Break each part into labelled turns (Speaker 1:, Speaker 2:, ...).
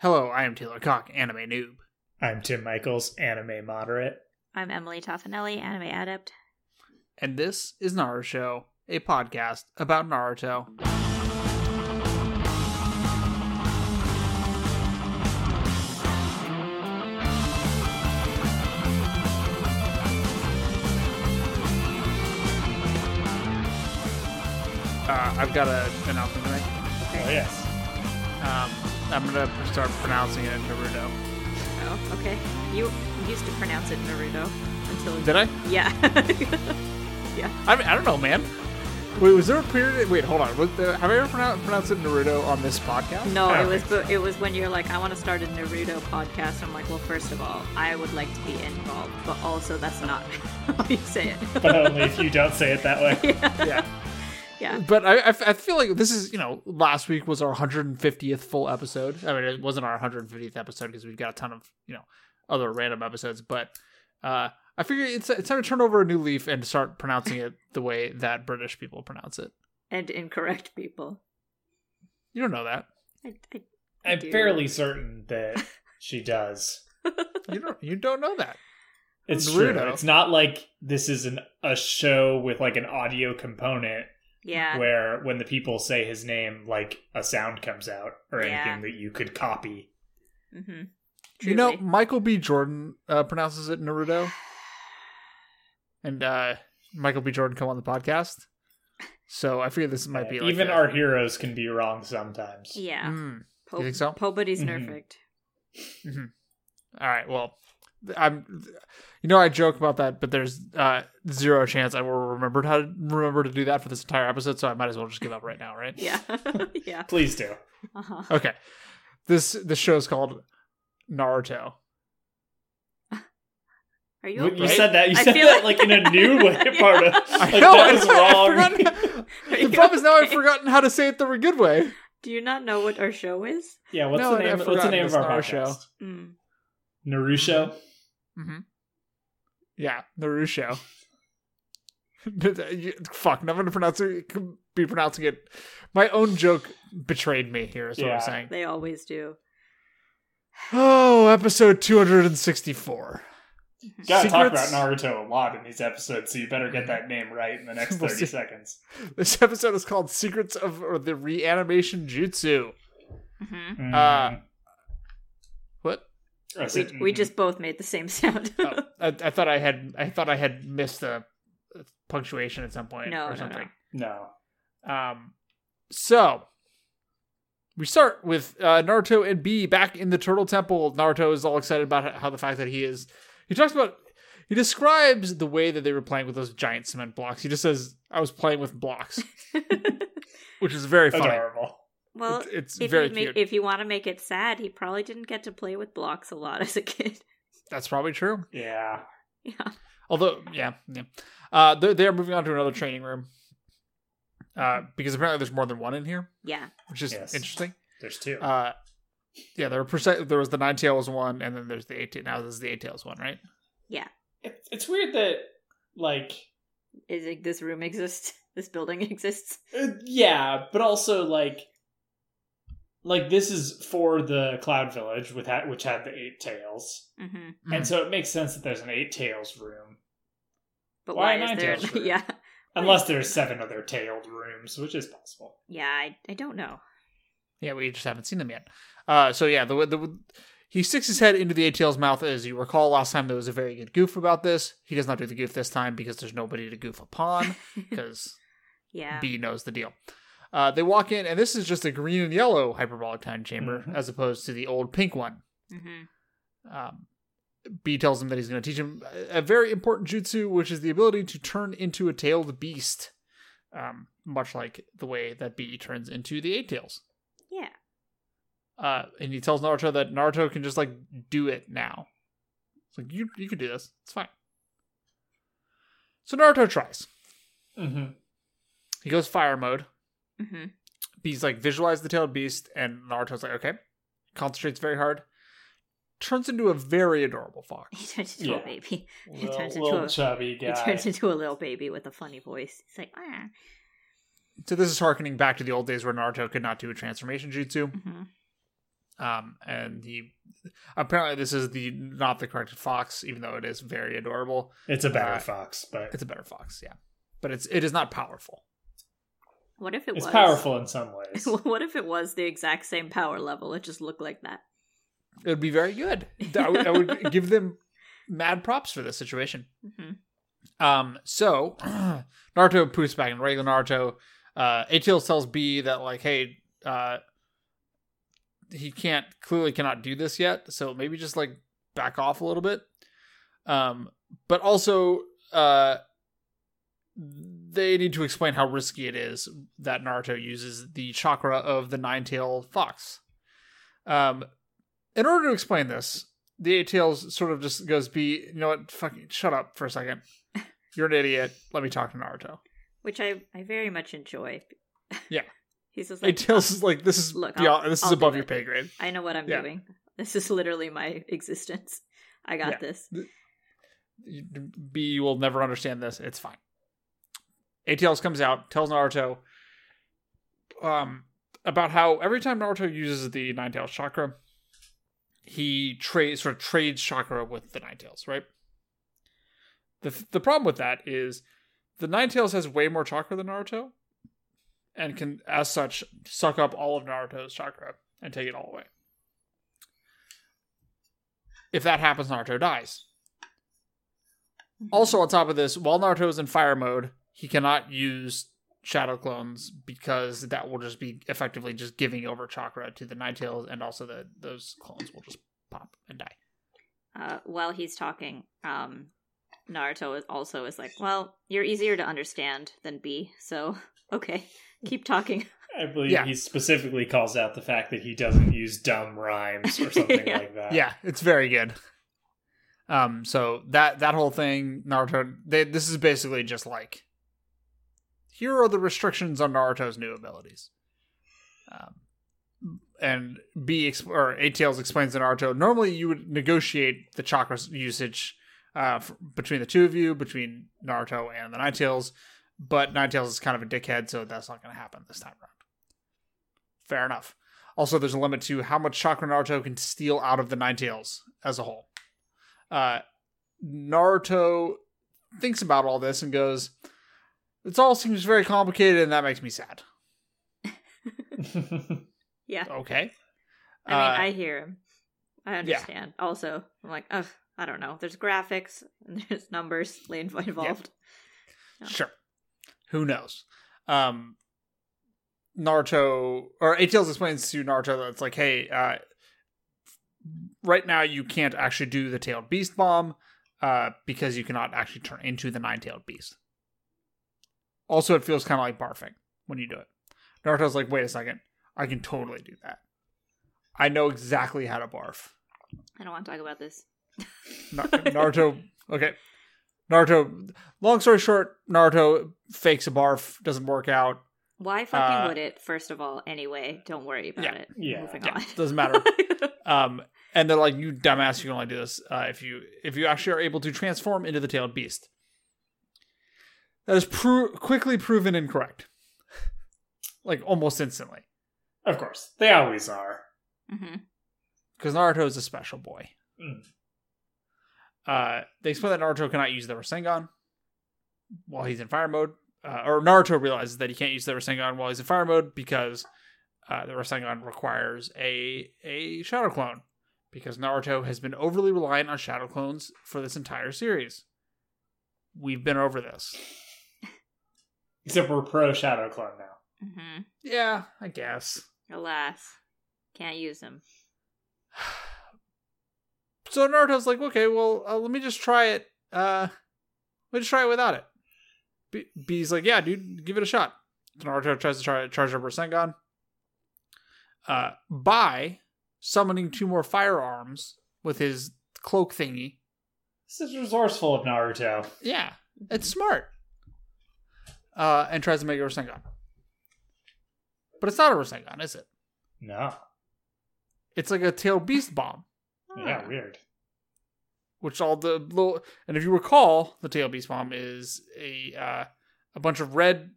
Speaker 1: Hello, I am Taylor Cock, anime noob.
Speaker 2: I'm Tim Michaels, anime moderate.
Speaker 3: I'm Emily Toffanelli, anime adept.
Speaker 1: And this is Naruto, a podcast about Naruto. Uh, I've got an announcement to make.
Speaker 2: Oh, yes.
Speaker 1: Um, I'm going to start pronouncing it Naruto.
Speaker 3: Oh, okay. You used to pronounce it Naruto until
Speaker 1: Did I?
Speaker 3: yeah.
Speaker 1: I, mean, I don't know, man. Wait, was there a period? Wait, hold on. Was there, have I ever pronoun- pronounced it Naruto on this podcast?
Speaker 3: no,
Speaker 2: I
Speaker 3: it
Speaker 2: don't
Speaker 3: was bu- it was when you're like, I want to start a Naruto podcast. I'm like, well, first of all, I would like to be involved, but also that's not how you say it.
Speaker 2: But only if you don't say it that way.
Speaker 1: Yeah.
Speaker 3: yeah.
Speaker 1: But I, I f- I feel like this is, you know, last week was our 150th full episode. I mean, it wasn't our 150th episode because we've got a ton of, you know, other random episodes. But uh, I figure it's, it's time to turn over a new leaf and start pronouncing it the way that British people pronounce it.
Speaker 3: And incorrect people.
Speaker 1: You don't know that.
Speaker 3: I, I, I
Speaker 2: I'm
Speaker 3: do.
Speaker 2: fairly certain that she does.
Speaker 1: You don't. You don't know that.
Speaker 2: It's
Speaker 1: Naruto.
Speaker 2: true. It's not like this is an, a show with like an audio component
Speaker 3: Yeah.
Speaker 2: where when the people say his name, like a sound comes out or
Speaker 3: Yeah.
Speaker 2: anything that you could copy.
Speaker 3: Mm-hmm.
Speaker 1: You know, mm, Michael B. Jordan uh, pronounces it Naruto, and uh, Michael B. Jordan come on the podcast, so I figure this might be
Speaker 2: Uh,
Speaker 1: like
Speaker 2: even
Speaker 1: a-
Speaker 2: our heroes can be wrong sometimes.
Speaker 3: Yeah.
Speaker 1: Mm.
Speaker 3: Po-
Speaker 1: you think so?
Speaker 3: Pobody's
Speaker 2: Mhm.
Speaker 1: Mm-hmm.
Speaker 3: nerfect.
Speaker 1: All right, well, th- I'm, you know, I joke about that, but there's uh, zero chance I will remember how to remember to do that for this entire episode, so I might as well just give up right now, right?
Speaker 3: Yeah. yeah.
Speaker 2: Please do.
Speaker 3: Uh-huh.
Speaker 1: Okay, this this show is called Naruto.
Speaker 3: Are you
Speaker 2: You,
Speaker 3: okay?
Speaker 2: you said that. You
Speaker 3: I
Speaker 2: said
Speaker 3: feel-
Speaker 2: that like in a new way,
Speaker 3: Yeah.
Speaker 2: part of
Speaker 1: I
Speaker 2: like,
Speaker 1: know
Speaker 2: that
Speaker 1: it's-
Speaker 2: was wrong.
Speaker 1: I forgot,
Speaker 3: Are
Speaker 1: the
Speaker 3: you
Speaker 1: problem is now I've
Speaker 3: okay?
Speaker 1: forgotten how to say it the good way.
Speaker 3: Do you not know what our show is?
Speaker 2: Yeah, what's
Speaker 1: No,
Speaker 2: the
Speaker 1: I- I
Speaker 2: name? What's the
Speaker 1: forgot.
Speaker 2: name
Speaker 1: It's
Speaker 2: of our
Speaker 1: not our
Speaker 2: podcast?
Speaker 1: show.
Speaker 3: Mm.
Speaker 2: Narusho.
Speaker 1: Yeah, Naruto. You- Fuck, now I'm gonna pronounce it. Be pronouncing it. My own joke betrayed me. Here is what
Speaker 2: Yeah.
Speaker 1: I'm saying.
Speaker 3: They always do.
Speaker 1: Oh, episode 264.
Speaker 2: Gotta talk about
Speaker 1: Secrets-
Speaker 2: Naruto a lot in these episodes, so you better get that name right in the next
Speaker 1: We'll
Speaker 2: thirty
Speaker 1: see.
Speaker 2: seconds.
Speaker 1: This episode is called "Secrets of or the Reanimation Jutsu."
Speaker 3: hmm
Speaker 2: Mm.
Speaker 1: Uh, What?
Speaker 2: Or is
Speaker 3: We,
Speaker 2: it-
Speaker 3: we just both made the same sound.
Speaker 1: mm-hmm. Oh, I, I thought I had. I thought I had missed the punctuation at some point
Speaker 3: No,
Speaker 1: or
Speaker 3: no,
Speaker 1: something.
Speaker 2: no.
Speaker 1: Um, so we start with uh, Naruto and B back in the Turtle Temple. Naruto is all excited about how the fact that he is. He talks about. He describes the way that they were playing with those giant cement blocks. He just says, "I was playing with blocks," which is very funny.
Speaker 2: Adorable.
Speaker 3: well,
Speaker 1: It's- it's
Speaker 3: if,
Speaker 1: very
Speaker 3: you make,
Speaker 1: cute.
Speaker 3: if you want to make it sad, he probably didn't get to play with blocks a lot as a kid.
Speaker 1: That's probably true.
Speaker 2: Yeah.
Speaker 3: Yeah.
Speaker 1: Although, yeah, yeah. Uh, they're, they're moving on to another training room uh, because apparently there's more than one in here,
Speaker 3: Yeah.
Speaker 1: which is
Speaker 2: Yes.
Speaker 1: interesting.
Speaker 2: There's two.
Speaker 1: Uh, yeah, there were perce- there was the nine tails one, and then there's the eight. Now this is the eight tails one, right?
Speaker 2: It- it's weird that like
Speaker 3: Is it, this room exists? This building exists?
Speaker 2: Uh, yeah, but also like, like this is for the Cloud Village, with ha- which had the eight tails,
Speaker 3: hmm
Speaker 1: Mm-hmm.
Speaker 2: and so it makes sense that there's an eight tails room,
Speaker 3: But
Speaker 2: Why
Speaker 3: why, is there?
Speaker 2: Ninetales room?
Speaker 3: yeah.
Speaker 2: unless there's seven other tailed rooms, which is possible.
Speaker 3: Yeah. I, I don't know.
Speaker 1: Yeah, we just haven't seen them yet. Uh, so yeah, the the he sticks his head into the ATL's mouth. As you recall, last time there was a very good goof about this. He does not do the goof this time because there's nobody to goof upon because
Speaker 3: Yeah.
Speaker 1: B knows the deal. Uh, they walk in, and this is just a green and yellow hyperbolic time chamber
Speaker 2: Mhm.
Speaker 1: as opposed to the old pink one.
Speaker 3: hmm
Speaker 1: Um, B tells him that he's going to teach him a- a very important jutsu, which is the ability to turn into a tailed beast, um, much like the way that B turns into the eight tails.
Speaker 3: Yeah.
Speaker 1: uh, and he tells Naruto that Naruto can just like do it now. It's like you you can do this. It's fine. So Naruto tries.
Speaker 2: Mm-hmm.
Speaker 1: He goes fire mode.
Speaker 3: hmm
Speaker 1: He's like visualize the tailed beast, and Naruto's like okay. Concentrates very hard. Turns into a very adorable fox.
Speaker 3: He turns into
Speaker 2: Yeah.
Speaker 3: a baby. He
Speaker 2: Little,
Speaker 3: turns into
Speaker 2: little
Speaker 3: a-
Speaker 2: chubby
Speaker 3: He
Speaker 2: guy.
Speaker 3: turns into a little baby with a funny voice. He's like, ah.
Speaker 1: So this is harkening back to the old days where Naruto could not do a transformation jutsu.
Speaker 3: Mhm.
Speaker 1: Um, and he apparently this is the not the corrected fox, even though it is very adorable.
Speaker 2: It's a better
Speaker 1: Uh,
Speaker 2: fox, but
Speaker 1: It's a better fox, yeah, but it's it is not powerful.
Speaker 3: What if it
Speaker 2: it's
Speaker 3: was
Speaker 2: powerful in some ways.
Speaker 3: what if it was the exact same power level? It just looked like that.
Speaker 1: It would be very good. I would, I would give them mad props for this situation.
Speaker 3: hmm
Speaker 1: Um, so Naruto poops back in regular Naruto. Uh, ATL tells B that like, hey, uh, he can't clearly cannot do this yet, so maybe just like back off a little bit. Um, but also, uh, they need to explain how risky it is that Naruto uses the chakra of the nine-tailed fox. Um, in order to explain this, the ATLs sort of just goes, "B, you know what? Fucking shut up for a second. You're an idiot. Let me talk to Naruto."
Speaker 3: Which I, I very much enjoy.
Speaker 1: Yeah.
Speaker 3: He's just like,
Speaker 1: ATLs is like, "This is
Speaker 3: Look,
Speaker 1: beyond,
Speaker 3: I'll-
Speaker 1: this is
Speaker 3: I'll do
Speaker 1: above your
Speaker 3: it.
Speaker 1: pay grade."
Speaker 3: I know what I'm
Speaker 1: Yeah.
Speaker 3: doing. This is literally my existence. I got
Speaker 1: Yeah.
Speaker 3: this.
Speaker 1: You- B, you will never understand this. It's fine. ATLs comes out, tells Naruto, um, about how every time Naruto uses the Nine Tails chakra, he trades sort of trades chakra with the Nine Tails, right? The the problem with that is the Nine Tails has way more chakra than Naruto, and can as such suck up all of Naruto's chakra and take it all away. If that happens, Naruto dies. Also, on top of this, while Naruto is in fire mode, he cannot use shadow clones because that will just be effectively just giving over chakra to the Ninetales, and also the those clones will just pop and die.
Speaker 3: Uh, while he's talking, um, Naruto is also is like, well, you're easier to understand than B, so okay, keep talking.
Speaker 2: I believe
Speaker 1: Yeah.
Speaker 2: he specifically calls out the fact that he doesn't use dumb rhymes or something
Speaker 3: Yeah.
Speaker 2: like that.
Speaker 1: Yeah, it's very good. Um, so that that whole thing, Naruto, they, this is basically just like, here are the restrictions on Naruto's new abilities. Um, and B exp- or Eight Tails explains to Naruto. Normally, you would negotiate the chakra usage uh, f- between the two of you, between Naruto and the Nine Tails, but Nine Tails is kind of a dickhead, so that's not going to happen this time around. Fair enough. Also, there's a limit to how much chakra Naruto can steal out of the Ninetales as a whole. Uh, Naruto thinks about all this and goes, "It all seems very complicated, and that makes me sad."
Speaker 3: Yeah,
Speaker 1: Okay.
Speaker 3: I mean,
Speaker 1: Uh,
Speaker 3: I hear him. I understand. Also, I'm like, ugh, I don't know. There's graphics, and there's numbers involved. No.
Speaker 1: Sure. Who knows? Um Naruto or ATLs explains to Naruto that it's like, hey, uh right now you can't actually do the tailed beast bomb, uh, because you cannot actually turn into the nine tailed beast. Also, it feels kinda like barfing when you do it. Naruto's like, wait a second, I can totally do that. I know exactly how to barf.
Speaker 3: I don't want to talk about this.
Speaker 1: Na- Naruto. Okay. Naruto. Long story short, Naruto fakes a barf, doesn't work out.
Speaker 3: Why fucking
Speaker 1: Uh,
Speaker 3: would it? First of all, anyway, don't worry about
Speaker 1: Yeah.
Speaker 3: it.
Speaker 2: Yeah.
Speaker 3: Moving
Speaker 1: Yeah,
Speaker 3: on.
Speaker 1: doesn't matter. Um, and they're like, "You dumbass, you can only do this uh, if you if you actually are able to transform into the tailed beast." That is pro- quickly proven incorrect, like almost instantly,
Speaker 2: Of course. They always are.
Speaker 3: hmm
Speaker 1: because Naruto is a special boy.
Speaker 2: Mm.
Speaker 1: Uh, they explain that Naruto cannot use the Rasengan while he's in fire mode. Uh, or Naruto realizes that he can't use the Rasengan while he's in fire mode because uh, the Rasengan requires a a Shadow Clone because Naruto has been overly reliant on Shadow Clones for this entire series. We've been over this.
Speaker 2: Except we're pro Shadow Clone now.
Speaker 3: hmm
Speaker 1: Yeah, I guess.
Speaker 3: Alas, can't use them.
Speaker 1: So Naruto's like, okay, well, uh, let me just try it. Uh, let me just try it without it. B- B's like, yeah, dude, give it a shot. So Naruto tries to try charge up Rasengan. Uh, by summoning two more firearms with his cloak thingy.
Speaker 2: This is resourceful of Naruto.
Speaker 1: Yeah, it's smart. Uh, and tries to make a Rasengan. But it's not a Rasengan, is it?
Speaker 2: No.
Speaker 1: It's like a tail beast bomb.
Speaker 3: Ah,
Speaker 2: Yeah, weird.
Speaker 1: which all the little and if you recall, the tail beast bomb is a uh, a bunch of red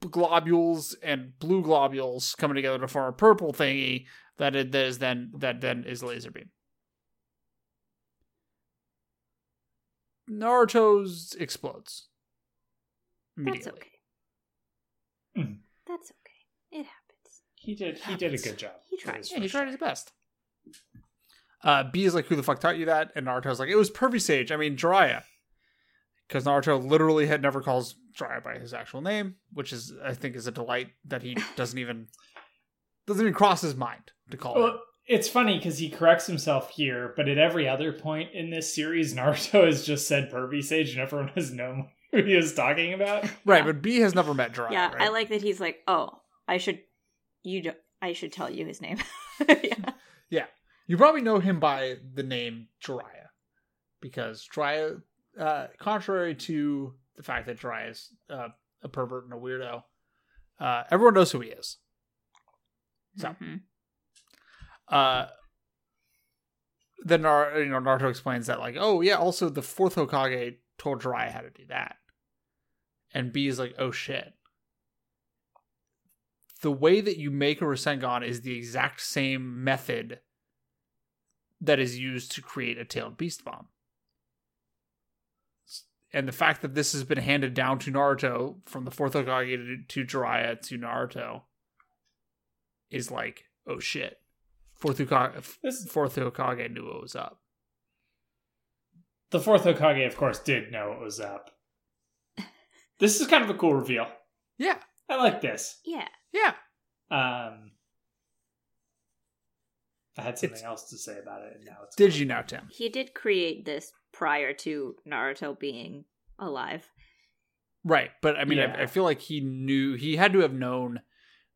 Speaker 1: b- globules and blue globules coming together to form a purple thingy that it that is then that then is laser beam. Naruto's explodes.
Speaker 3: That's
Speaker 1: Immediately. Mm.
Speaker 3: okay.
Speaker 2: Mhm.
Speaker 3: That's okay. It happens.
Speaker 2: He did. He did a good job.
Speaker 3: He tried.
Speaker 2: It was
Speaker 1: Yeah, he
Speaker 2: first.
Speaker 1: tried his best. Uh, B is like, who the fuck taught you that? And Naruto's like, it was Pervy Sage. I mean, Jiraiya. Because Naruto literally had never calls Jiraiya by his actual name, which is, I think, is a delight that he doesn't even doesn't even cross his mind to call him.
Speaker 2: Well, it's funny because he corrects himself here, but at every other point in this series, Naruto has just said pervy sage, and everyone has known who he was talking about.
Speaker 1: Right, but B has never met Jiraiya.
Speaker 3: yeah,
Speaker 1: right?
Speaker 3: I like that he's like, oh, I should, you, do, I should tell you his name. yeah.
Speaker 1: You probably know him by the name Jiraiya, because Jiraiya, uh, contrary to the fact that Jiraiya is uh, a pervert and a weirdo, uh, everyone knows who he is. So.
Speaker 3: Mhm.
Speaker 1: Uh, then Nar- you know Naruto explains that like, oh yeah, also the fourth Hokage told Jiraiya how to do that, and B is like, oh shit. The way that you make a Rasengan is the exact same method that is used to create a tailed beast bomb. And the fact that this has been handed down to Naruto from the fourth Hokage to, to Jiraiya to Naruto is like, oh shit. Fourth Hokage,
Speaker 2: This
Speaker 1: fourth Hokage knew what was up.
Speaker 2: the fourth Hokage, of course, did know what was up. This is kind of a cool reveal.
Speaker 1: Yeah,
Speaker 2: I like this.
Speaker 3: Yeah.
Speaker 1: yeah.
Speaker 2: Um, I had something
Speaker 1: It's-
Speaker 2: else to say about it, and now it's
Speaker 1: Did you know, Tim?
Speaker 3: He did create this prior to Naruto being alive.
Speaker 1: Right, but I mean,
Speaker 2: Yeah.
Speaker 1: I, I feel like he knew he had to have known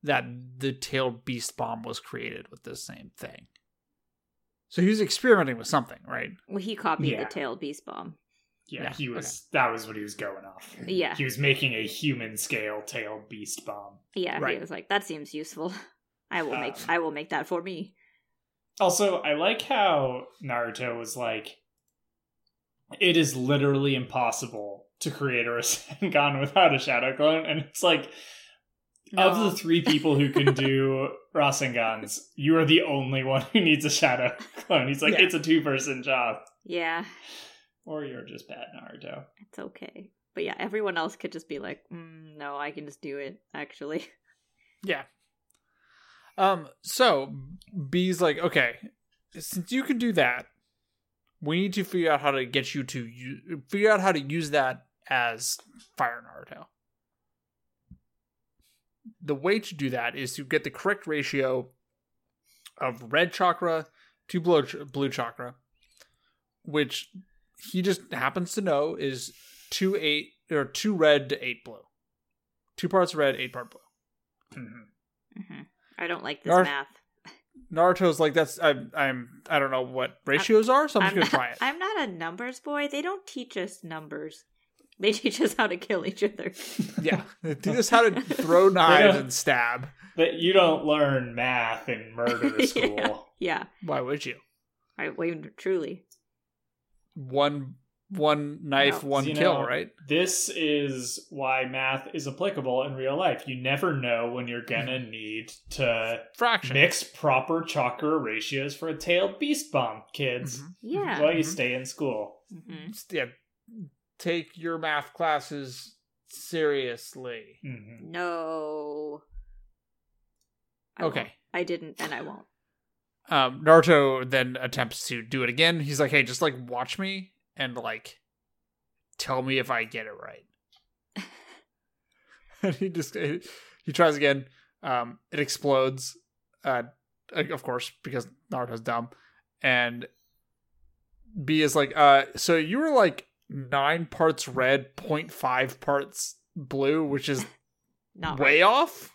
Speaker 1: that the tailed beast bomb was created with the same thing. So he was experimenting with something, right?
Speaker 3: Well, he copied
Speaker 2: Yeah.
Speaker 3: the tailed beast bomb.
Speaker 2: yeah,
Speaker 1: yeah,
Speaker 2: he was. That was what he was going off.
Speaker 3: Yeah.
Speaker 2: He was making a human scale tail beast bomb.
Speaker 3: Yeah,
Speaker 1: Right.
Speaker 3: he was like, that seems useful. I will make,
Speaker 2: Um,
Speaker 3: I will make that for me.
Speaker 2: Also, I like how Naruto was like, it is literally impossible to create a Rasengan without a Shadow Clone. And it's like, of
Speaker 3: No.
Speaker 2: the three people who can do Rasengans, you are the only one who needs a Shadow Clone. He's like,
Speaker 1: Yeah.
Speaker 2: it's a two person job.
Speaker 3: yeah,
Speaker 2: Or you're just bad Naruto.
Speaker 3: it's okay. But yeah, everyone else could just be like, mm, no, I can just do it. Actually,
Speaker 1: Yeah. Um. So B's like, okay, since you can do that, we need to figure out how to get you to u- figure out how to use that as Fire Naruto. The way to do that is to get the correct ratio of red chakra to blue, ch- blue chakra, which he just happens to know is two eight or two red to eight blue, two parts red, eight part blue.
Speaker 2: Mhm.
Speaker 3: hmm I don't like this
Speaker 1: Narf-
Speaker 3: math.
Speaker 1: Naruto's like that's I'm I'm I don't know what ratios are, so I'm just gonna
Speaker 3: not,
Speaker 1: try it.
Speaker 3: I'm not a numbers boy. They don't teach us numbers. They teach us how to kill each other.
Speaker 1: yeah, do this how to throw knives
Speaker 2: Yeah.
Speaker 1: and stab.
Speaker 2: But you don't learn math in murder
Speaker 3: Yeah.
Speaker 2: school.
Speaker 3: Yeah,
Speaker 1: Why would you?
Speaker 3: I wait, truly.
Speaker 1: One one knife,
Speaker 3: No.
Speaker 1: one
Speaker 2: You
Speaker 1: kill,
Speaker 2: know,
Speaker 1: right?
Speaker 2: This is why math is applicable in real life. You never know when you're gonna need to
Speaker 1: Fraction.
Speaker 2: mix proper chakra ratios for a tailed beast bomb, kids.
Speaker 1: Mhm.
Speaker 3: Yeah.
Speaker 2: While you
Speaker 1: Mhm.
Speaker 2: stay in school.
Speaker 3: Mhm.
Speaker 1: Yeah, take your math classes seriously.
Speaker 2: hmm
Speaker 3: No. I
Speaker 1: Okay.
Speaker 3: won't. I didn't, and I won't.
Speaker 1: Um, Naruto then attempts to do it again. He's like, "Hey, just like watch me and like tell me if I get it right." and he just he tries again. Um, it explodes, uh, of course, because Naruto's dumb. And B is like, uh, "So you were like nine parts red, 0.5 parts blue, which is
Speaker 3: Not
Speaker 1: way off."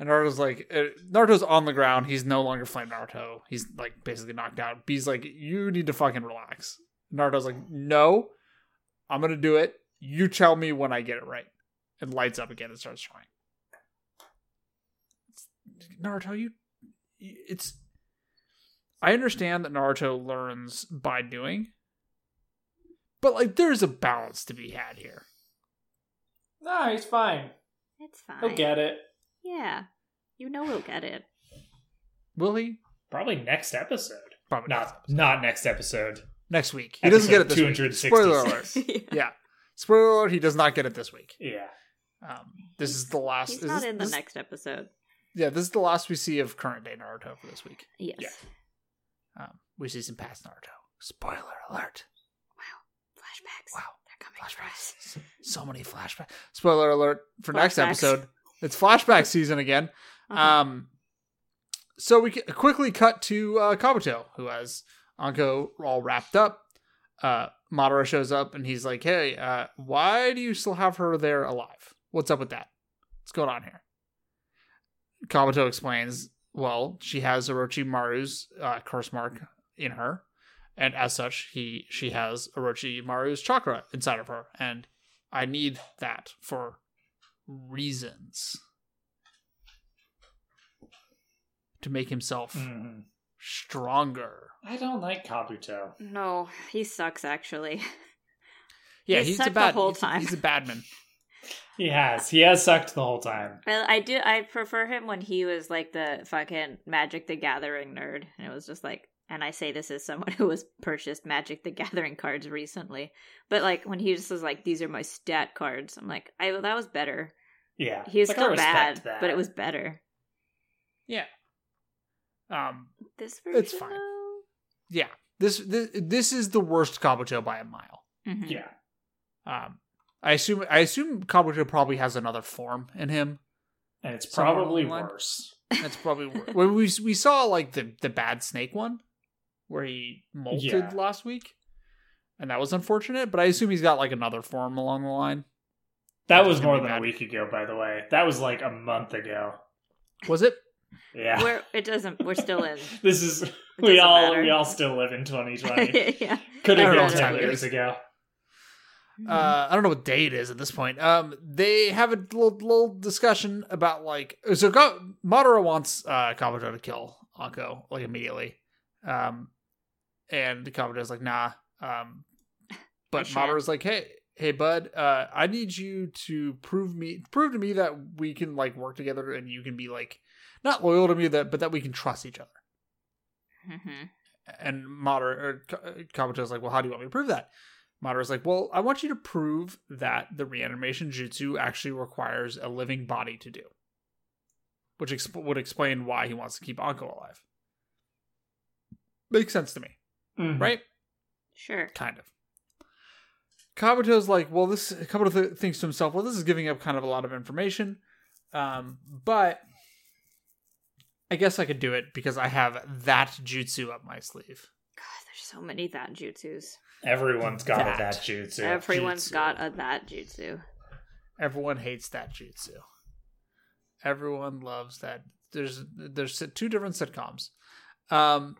Speaker 1: And Naruto's like, uh, Naruto's on the ground. He's no longer Flame Naruto. He's like basically knocked out. B's like, you need to fucking relax. Naruto's like, no, I'm gonna do it. You tell me when I get it right. And lights up again and starts trying. It's- Naruto, you, you- it's. I understand that Naruto learns by doing, but like there's a balance to be had here.
Speaker 2: No, he's fine.
Speaker 3: It's fine.
Speaker 2: He'll get it.
Speaker 3: Yeah. You know he'll get it.
Speaker 1: Will he?
Speaker 2: Probably next episode.
Speaker 1: Probably
Speaker 2: Not not Oh, next episode.
Speaker 1: next week. He doesn't get it this week.
Speaker 2: 266.
Speaker 1: Spoiler alert.
Speaker 3: yeah.
Speaker 1: yeah. Spoiler alert, he does not get it this week.
Speaker 2: Yeah.
Speaker 1: Um, this is the last.
Speaker 3: He's
Speaker 1: is
Speaker 3: not
Speaker 1: this-
Speaker 3: in the
Speaker 1: this-
Speaker 3: next episode.
Speaker 1: Yeah, this is the last we see of current day Naruto for this week.
Speaker 3: Yes.
Speaker 2: Yeah.
Speaker 1: Um, we see some past Naruto. Spoiler alert.
Speaker 3: Flashbacks.
Speaker 1: Wow.
Speaker 3: They're coming for us.
Speaker 1: Flashbacks. So many flashbacks. Spoiler alert for next
Speaker 3: Flashbacks.
Speaker 1: episode. It's flashback season again.
Speaker 3: Uh-huh.
Speaker 1: Um, so we c- quickly cut to uh, Kabuto, who has Anko all wrapped up. Uh, Madara shows up and he's like, "Hey, uh, why do you still have her there alive? What's up with that? What's going on here?" Kabuto explains, "Well, she has Orochimaru's uh, curse mark in her, and as such, he she has Orochimaru's chakra inside of her, and I need that for reasons." to make himself
Speaker 2: Mhm.
Speaker 1: stronger.
Speaker 2: I don't like Kabuto.
Speaker 3: no, he sucks actually.
Speaker 1: Yeah,
Speaker 3: He
Speaker 1: he's
Speaker 3: sucked
Speaker 1: a
Speaker 3: the
Speaker 1: bad.
Speaker 3: whole
Speaker 1: he's,
Speaker 3: time.
Speaker 1: he's a badman.
Speaker 2: He has. He has sucked the whole time.
Speaker 3: I, I do. I prefer him when he was like the fucking Magic the Gathering nerd, and it was just like. And I say this as someone who has purchased Magic the Gathering cards recently, but like when he just was like, "These are my stat cards," I'm like, "I that was better."
Speaker 2: Yeah.
Speaker 3: He was
Speaker 2: Like, I
Speaker 3: still
Speaker 2: respect
Speaker 3: bad,
Speaker 2: that.
Speaker 3: but it was better.
Speaker 1: Yeah. Um.
Speaker 3: This version,
Speaker 1: It's fine. Yeah. This this this is the worst Kabuto by a mile.
Speaker 3: hmm
Speaker 2: Yeah.
Speaker 1: Um. I assume I assume Kabuto probably has another form in him.
Speaker 2: And it's
Speaker 1: Somewhere
Speaker 2: probably
Speaker 1: along the line.
Speaker 2: worse.
Speaker 1: That's probably wor- when we we saw like the the bad snake one, where he molted
Speaker 2: Yeah.
Speaker 1: last week, and that was unfortunate. But I assume he's got like another form along the line.
Speaker 2: That
Speaker 1: It's
Speaker 2: was
Speaker 1: gonna
Speaker 2: more
Speaker 1: be
Speaker 2: than a
Speaker 1: bad.
Speaker 2: week ago, by the way. That was like a month ago.
Speaker 1: Was it?
Speaker 2: Yeah.
Speaker 3: We're it doesn't. We're still in. It
Speaker 2: this is we
Speaker 3: doesn't
Speaker 2: all
Speaker 3: matter.
Speaker 2: we all still live in 2020.
Speaker 3: yeah. Mm-hmm.
Speaker 2: Could
Speaker 1: I don't
Speaker 2: have
Speaker 1: know
Speaker 2: been
Speaker 1: what time
Speaker 2: ten
Speaker 1: it
Speaker 2: years
Speaker 1: is.
Speaker 2: ago.
Speaker 1: Uh, I don't know what day it is at this point. Um, they have a little, little discussion about like so. Go, Madara wants uh Kabuto to kill Anko like immediately, um, and Kabuto's like nah. Um, but
Speaker 3: shan't.
Speaker 1: Madara's like hey hey bud, uh, I need you to prove me prove to me that we can like work together and you can be like not loyal to me that but that we can trust each other
Speaker 3: Mhm.
Speaker 1: and Madara or Ka- Kabuto's like, well, how do you want me to prove that? Madara's like, well, I want you to prove that the reanimation jutsu actually requires a living body to do, which exp- would explain why he wants to keep Anko alive. Makes sense to me,
Speaker 2: Mhm.
Speaker 1: right?
Speaker 3: Sure.
Speaker 1: Kind of. Kabuto's like, well, this Kabuto th- thinks to himself, well, this is giving up kind of a lot of information, um, but I guess I could do it because I have that jutsu up my sleeve.
Speaker 3: God, there's so many that jutsus.
Speaker 2: Everyone's got
Speaker 1: That.
Speaker 2: a that jutsu.
Speaker 3: Everyone's
Speaker 1: jutsu.
Speaker 3: got a that jutsu.
Speaker 1: Everyone hates that jutsu. Everyone loves that. There's there's two different sitcoms. Um,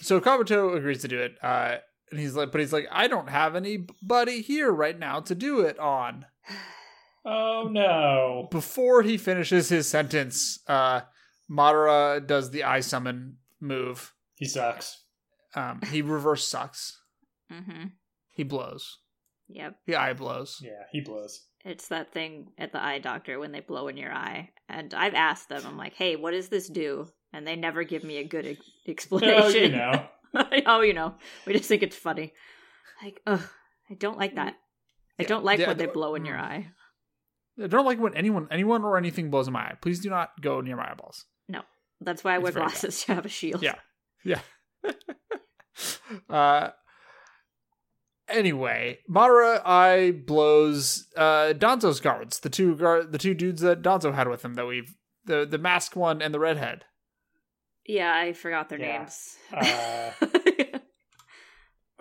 Speaker 1: so Kabuto agrees to do it, uh, and he's like, but he's like, I don't have anybody here right now to do it on.
Speaker 2: oh no.
Speaker 1: Before he finishes his sentence, uh, Madara does the eye summon move.
Speaker 2: He sucks.
Speaker 1: Um, he reverse sucks.
Speaker 3: Mm-hmm.
Speaker 1: He blows.
Speaker 3: Yep.
Speaker 1: The eye blows.
Speaker 2: Yeah, he blows.
Speaker 3: It's that thing at the eye doctor when they blow in your eye. And I've asked them, I'm like, hey, what does this do? And they never give me a good ex-
Speaker 2: Oh, you
Speaker 3: explanation.
Speaker 2: know.
Speaker 3: oh, you know. We just think it's funny. Like, ugh, I don't like that. I
Speaker 1: Yeah.
Speaker 3: don't like
Speaker 1: Yeah,
Speaker 3: when they
Speaker 1: the-
Speaker 3: blow in your
Speaker 1: mm.
Speaker 3: eye.
Speaker 1: I don't like when anyone, anyone or anything blows in my eye. Please do not go near my eyeballs.
Speaker 3: That's why I
Speaker 1: It's
Speaker 3: wear
Speaker 1: very bad.
Speaker 3: glasses to have a shield.
Speaker 1: Yeah. uh anyway madara i blows uh donzo's guards the two guard the two dudes that donzo had with him that we've the the masked one and the redhead
Speaker 3: Yeah, I forgot their
Speaker 2: Yeah.
Speaker 3: names.
Speaker 2: Uh,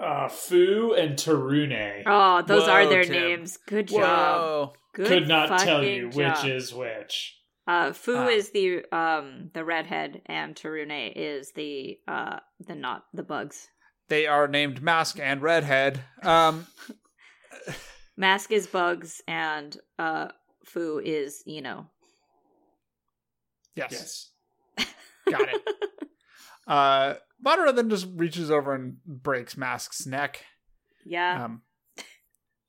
Speaker 2: uh, Fu and Tarune.
Speaker 3: oh, those are
Speaker 1: Whoa,
Speaker 3: their
Speaker 1: Tim.
Speaker 3: names. Good job. Good
Speaker 2: Could not tell
Speaker 3: fucking
Speaker 2: you
Speaker 3: job.
Speaker 2: which is which.
Speaker 3: Uh, Fu
Speaker 1: Ah.
Speaker 3: is the um the redhead, and Tarune is the uh the not the bugs.
Speaker 1: they are named mask and redhead um
Speaker 3: Mask is bugs, and uh Fu is you know.
Speaker 1: yes,
Speaker 2: Yes.
Speaker 1: got it uh madara then just reaches over and breaks mask's neck
Speaker 3: Yeah,
Speaker 1: um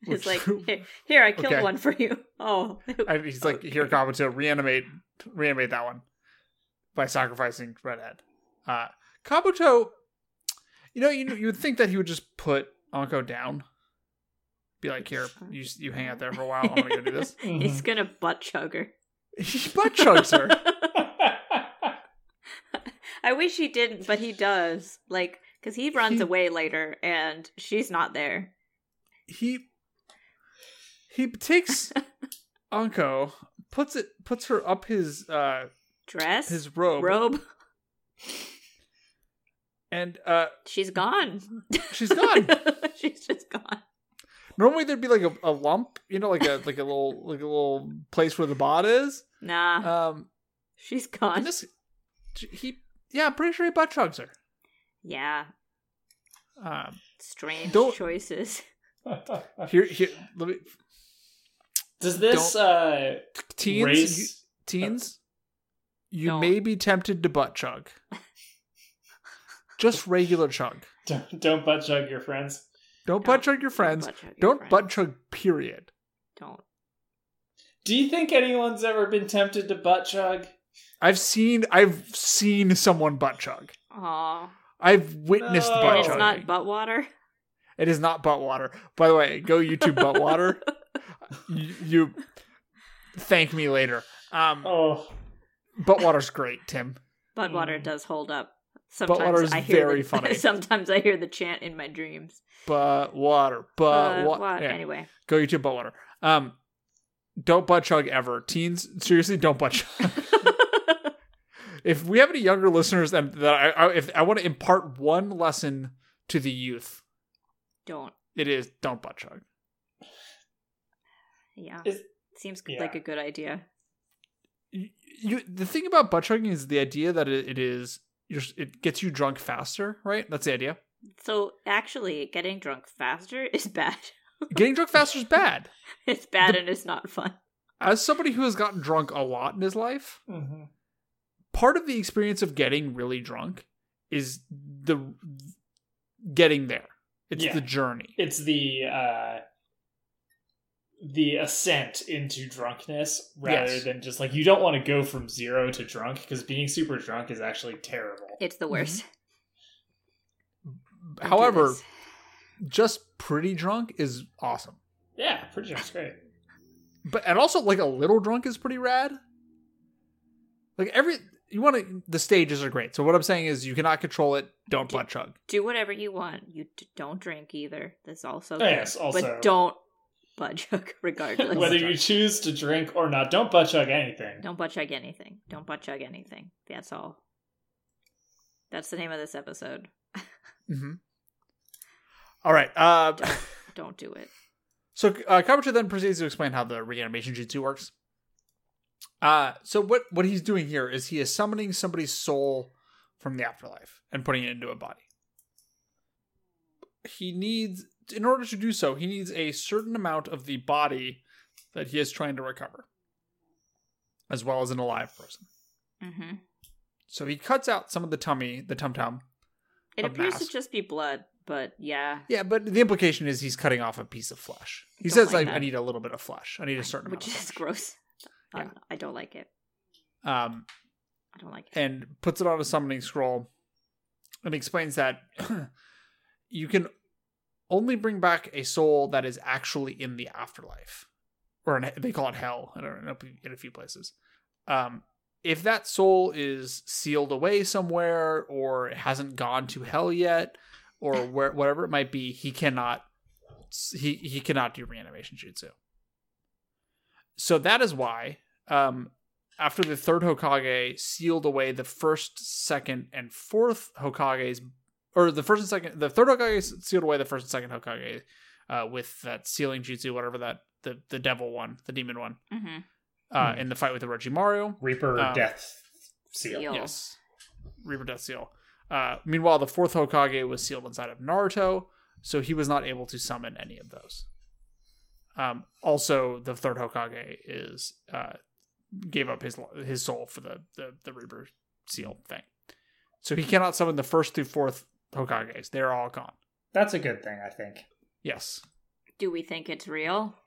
Speaker 3: it's like
Speaker 1: which-
Speaker 3: here, here, I killed
Speaker 1: Okay. Uh,
Speaker 3: one for you. Oh,
Speaker 1: I, he's like, here, Kabuto, reanimate, reanimate that one. by sacrificing Red Head. Uh, Kabuto, you know, you you would think that he would just put Anko down, be like, "Here, you you hang out there for a while. I'm gonna go do this."
Speaker 3: He's gonna butt chug her.
Speaker 1: he butt chugs her.
Speaker 3: I wish he didn't, but he does. Like, because he runs
Speaker 1: He-
Speaker 3: away later and she's not there.
Speaker 1: He he takes Anko, puts it puts her up his uh
Speaker 3: Dress?
Speaker 1: his robe,
Speaker 3: robe?
Speaker 1: and uh
Speaker 3: She's gone.
Speaker 1: she's gone.
Speaker 3: she's just gone.
Speaker 1: Normally there'd be like a, a lump, you know, like a like a little like a little place where the bot is.
Speaker 3: Nah,
Speaker 1: Um,
Speaker 3: she's
Speaker 1: and
Speaker 3: gone.
Speaker 1: this he yeah, I'm pretty sure he butt chugs her.
Speaker 3: Yeah,
Speaker 1: Um,
Speaker 3: strange
Speaker 1: Don't-
Speaker 3: choices.
Speaker 1: here here let me
Speaker 2: Does this uh,
Speaker 1: teens you-
Speaker 2: race?
Speaker 1: teens, you
Speaker 3: Uh, No.
Speaker 1: may be tempted to butt chug. Just regular chug.
Speaker 2: Don't, don't butt chug your friends.
Speaker 1: Don't
Speaker 3: No,
Speaker 1: butt chug your friends.
Speaker 3: Don't butt chug your
Speaker 1: Don't
Speaker 3: friends.
Speaker 1: butt chug. Period.
Speaker 3: Don't.
Speaker 2: Do you think anyone's ever been tempted to butt chug?
Speaker 1: I've seen I've seen someone butt chug.
Speaker 3: Aw.
Speaker 1: I've witnessed
Speaker 2: No.
Speaker 1: butt
Speaker 3: And
Speaker 2: Oh.
Speaker 3: it's
Speaker 1: chugging.
Speaker 3: not butt water.
Speaker 1: It is not butt water. By the way, go YouTube butt water. You, you thank me later. Um,
Speaker 2: Oh,
Speaker 1: butt water's great, Tim.
Speaker 3: Butt water
Speaker 2: Mm.
Speaker 3: does hold up.
Speaker 1: water
Speaker 3: Sometimes
Speaker 1: is
Speaker 3: I hear
Speaker 1: very
Speaker 3: the,
Speaker 1: funny.
Speaker 3: Sometimes I hear the chant in my dreams.
Speaker 1: Butt water.
Speaker 3: Uh,
Speaker 1: Butt water.
Speaker 3: what? Anyway,
Speaker 1: Go YouTube butt water. Um, don't butt chug ever, teens. Seriously, don't butt chug. if we have any younger listeners, and that I, I if I want to impart one lesson to the youth,
Speaker 3: don't.
Speaker 1: it is don't butt chug.
Speaker 3: Yeah.
Speaker 2: Is-
Speaker 3: Seems
Speaker 2: Yeah.
Speaker 3: like a good idea.
Speaker 1: you, you the thing about butt chugging is the idea that it, it is you're, it gets you drunk faster, right? That's the idea.
Speaker 3: So actually, getting drunk faster is bad.
Speaker 1: Getting drunk faster is bad.
Speaker 3: It's bad and it's not fun.
Speaker 1: As somebody who has gotten drunk a lot in his life,
Speaker 2: Mhm.
Speaker 1: part of the experience of getting really drunk is the getting there. It's
Speaker 2: Yeah.
Speaker 1: the journey.
Speaker 2: it's the uh, the ascent into drunkenness rather
Speaker 1: Yes.
Speaker 2: than just like you don't want to go from zero to drunk because being super drunk is actually terrible.
Speaker 3: It's the worst. I do
Speaker 1: Mm-hmm. However,
Speaker 3: this.
Speaker 1: just pretty drunk is awesome.
Speaker 2: yeah, pretty much great.
Speaker 1: But and also like a little drunk is pretty rad. Like every you want to the stages are great. So what I'm saying is you cannot control it. Don't butt chug.
Speaker 3: do whatever you want. You d- don't drink either. That's also
Speaker 2: Oh, yes, also
Speaker 3: but don't butt chug regardless.
Speaker 2: whether you choose to drink or not, don't butt chug anything.
Speaker 3: Don't butt chug anything. Don't butt chug anything. That's all. That's the name of this episode.
Speaker 1: Mm-hmm. All right. Uh,
Speaker 3: Don't, don't do it.
Speaker 1: so uh, Kabuto then proceeds to explain how the reanimation jutsu works. Uh, so what what he's doing here is he is summoning somebody's soul from the afterlife and putting it into a body. He needs, in order to do so, he needs a certain amount of the body that he is trying to recover, as well as an alive person.
Speaker 3: hmm
Speaker 1: So he cuts out some of the tummy, the tum tum.
Speaker 3: It
Speaker 1: A
Speaker 3: appears
Speaker 1: mask.
Speaker 3: to just be blood, but yeah,
Speaker 1: Yeah, but the implication is he's cutting off a piece of flesh. He
Speaker 3: Don't
Speaker 1: says,
Speaker 3: like
Speaker 1: I, "I
Speaker 3: that.
Speaker 1: need a little bit of flesh. I need a certain
Speaker 3: which
Speaker 1: amount."
Speaker 3: is gross. Um, I don't like it.
Speaker 1: um,
Speaker 3: I don't like it.
Speaker 1: and puts it on a summoning scroll and explains that you can only bring back a soul that is actually in the afterlife or in, they call it hell in a, in a few places um, if that soul is sealed away somewhere or it hasn't gone to hell yet or where, whatever it might be he cannot he, he cannot do reanimation jutsu so that is why um, after the third Hokage sealed away the first, second, and fourth Hokage's, or the first and second, the third Hokage sealed away the first and second Hokage uh, with that sealing jutsu, whatever that the the devil one, the demon one,
Speaker 3: hmm
Speaker 1: uh,
Speaker 2: Hmm.
Speaker 1: in the fight with Orochimaru.
Speaker 2: Reaper
Speaker 1: Um,
Speaker 2: death seal.
Speaker 3: Seal.
Speaker 1: Yes, Reaper Death Seal. Uh, meanwhile, the fourth Hokage was sealed inside of Naruto, so he was not able to summon any of those. Um, also, the third Hokage is uh, gave up his his soul for the the, the Reaper Seal thing, so he cannot summon the first through fourth Hokages. They're all gone.
Speaker 2: That's a good thing, I think.
Speaker 1: Yes.
Speaker 3: Do we think it's real?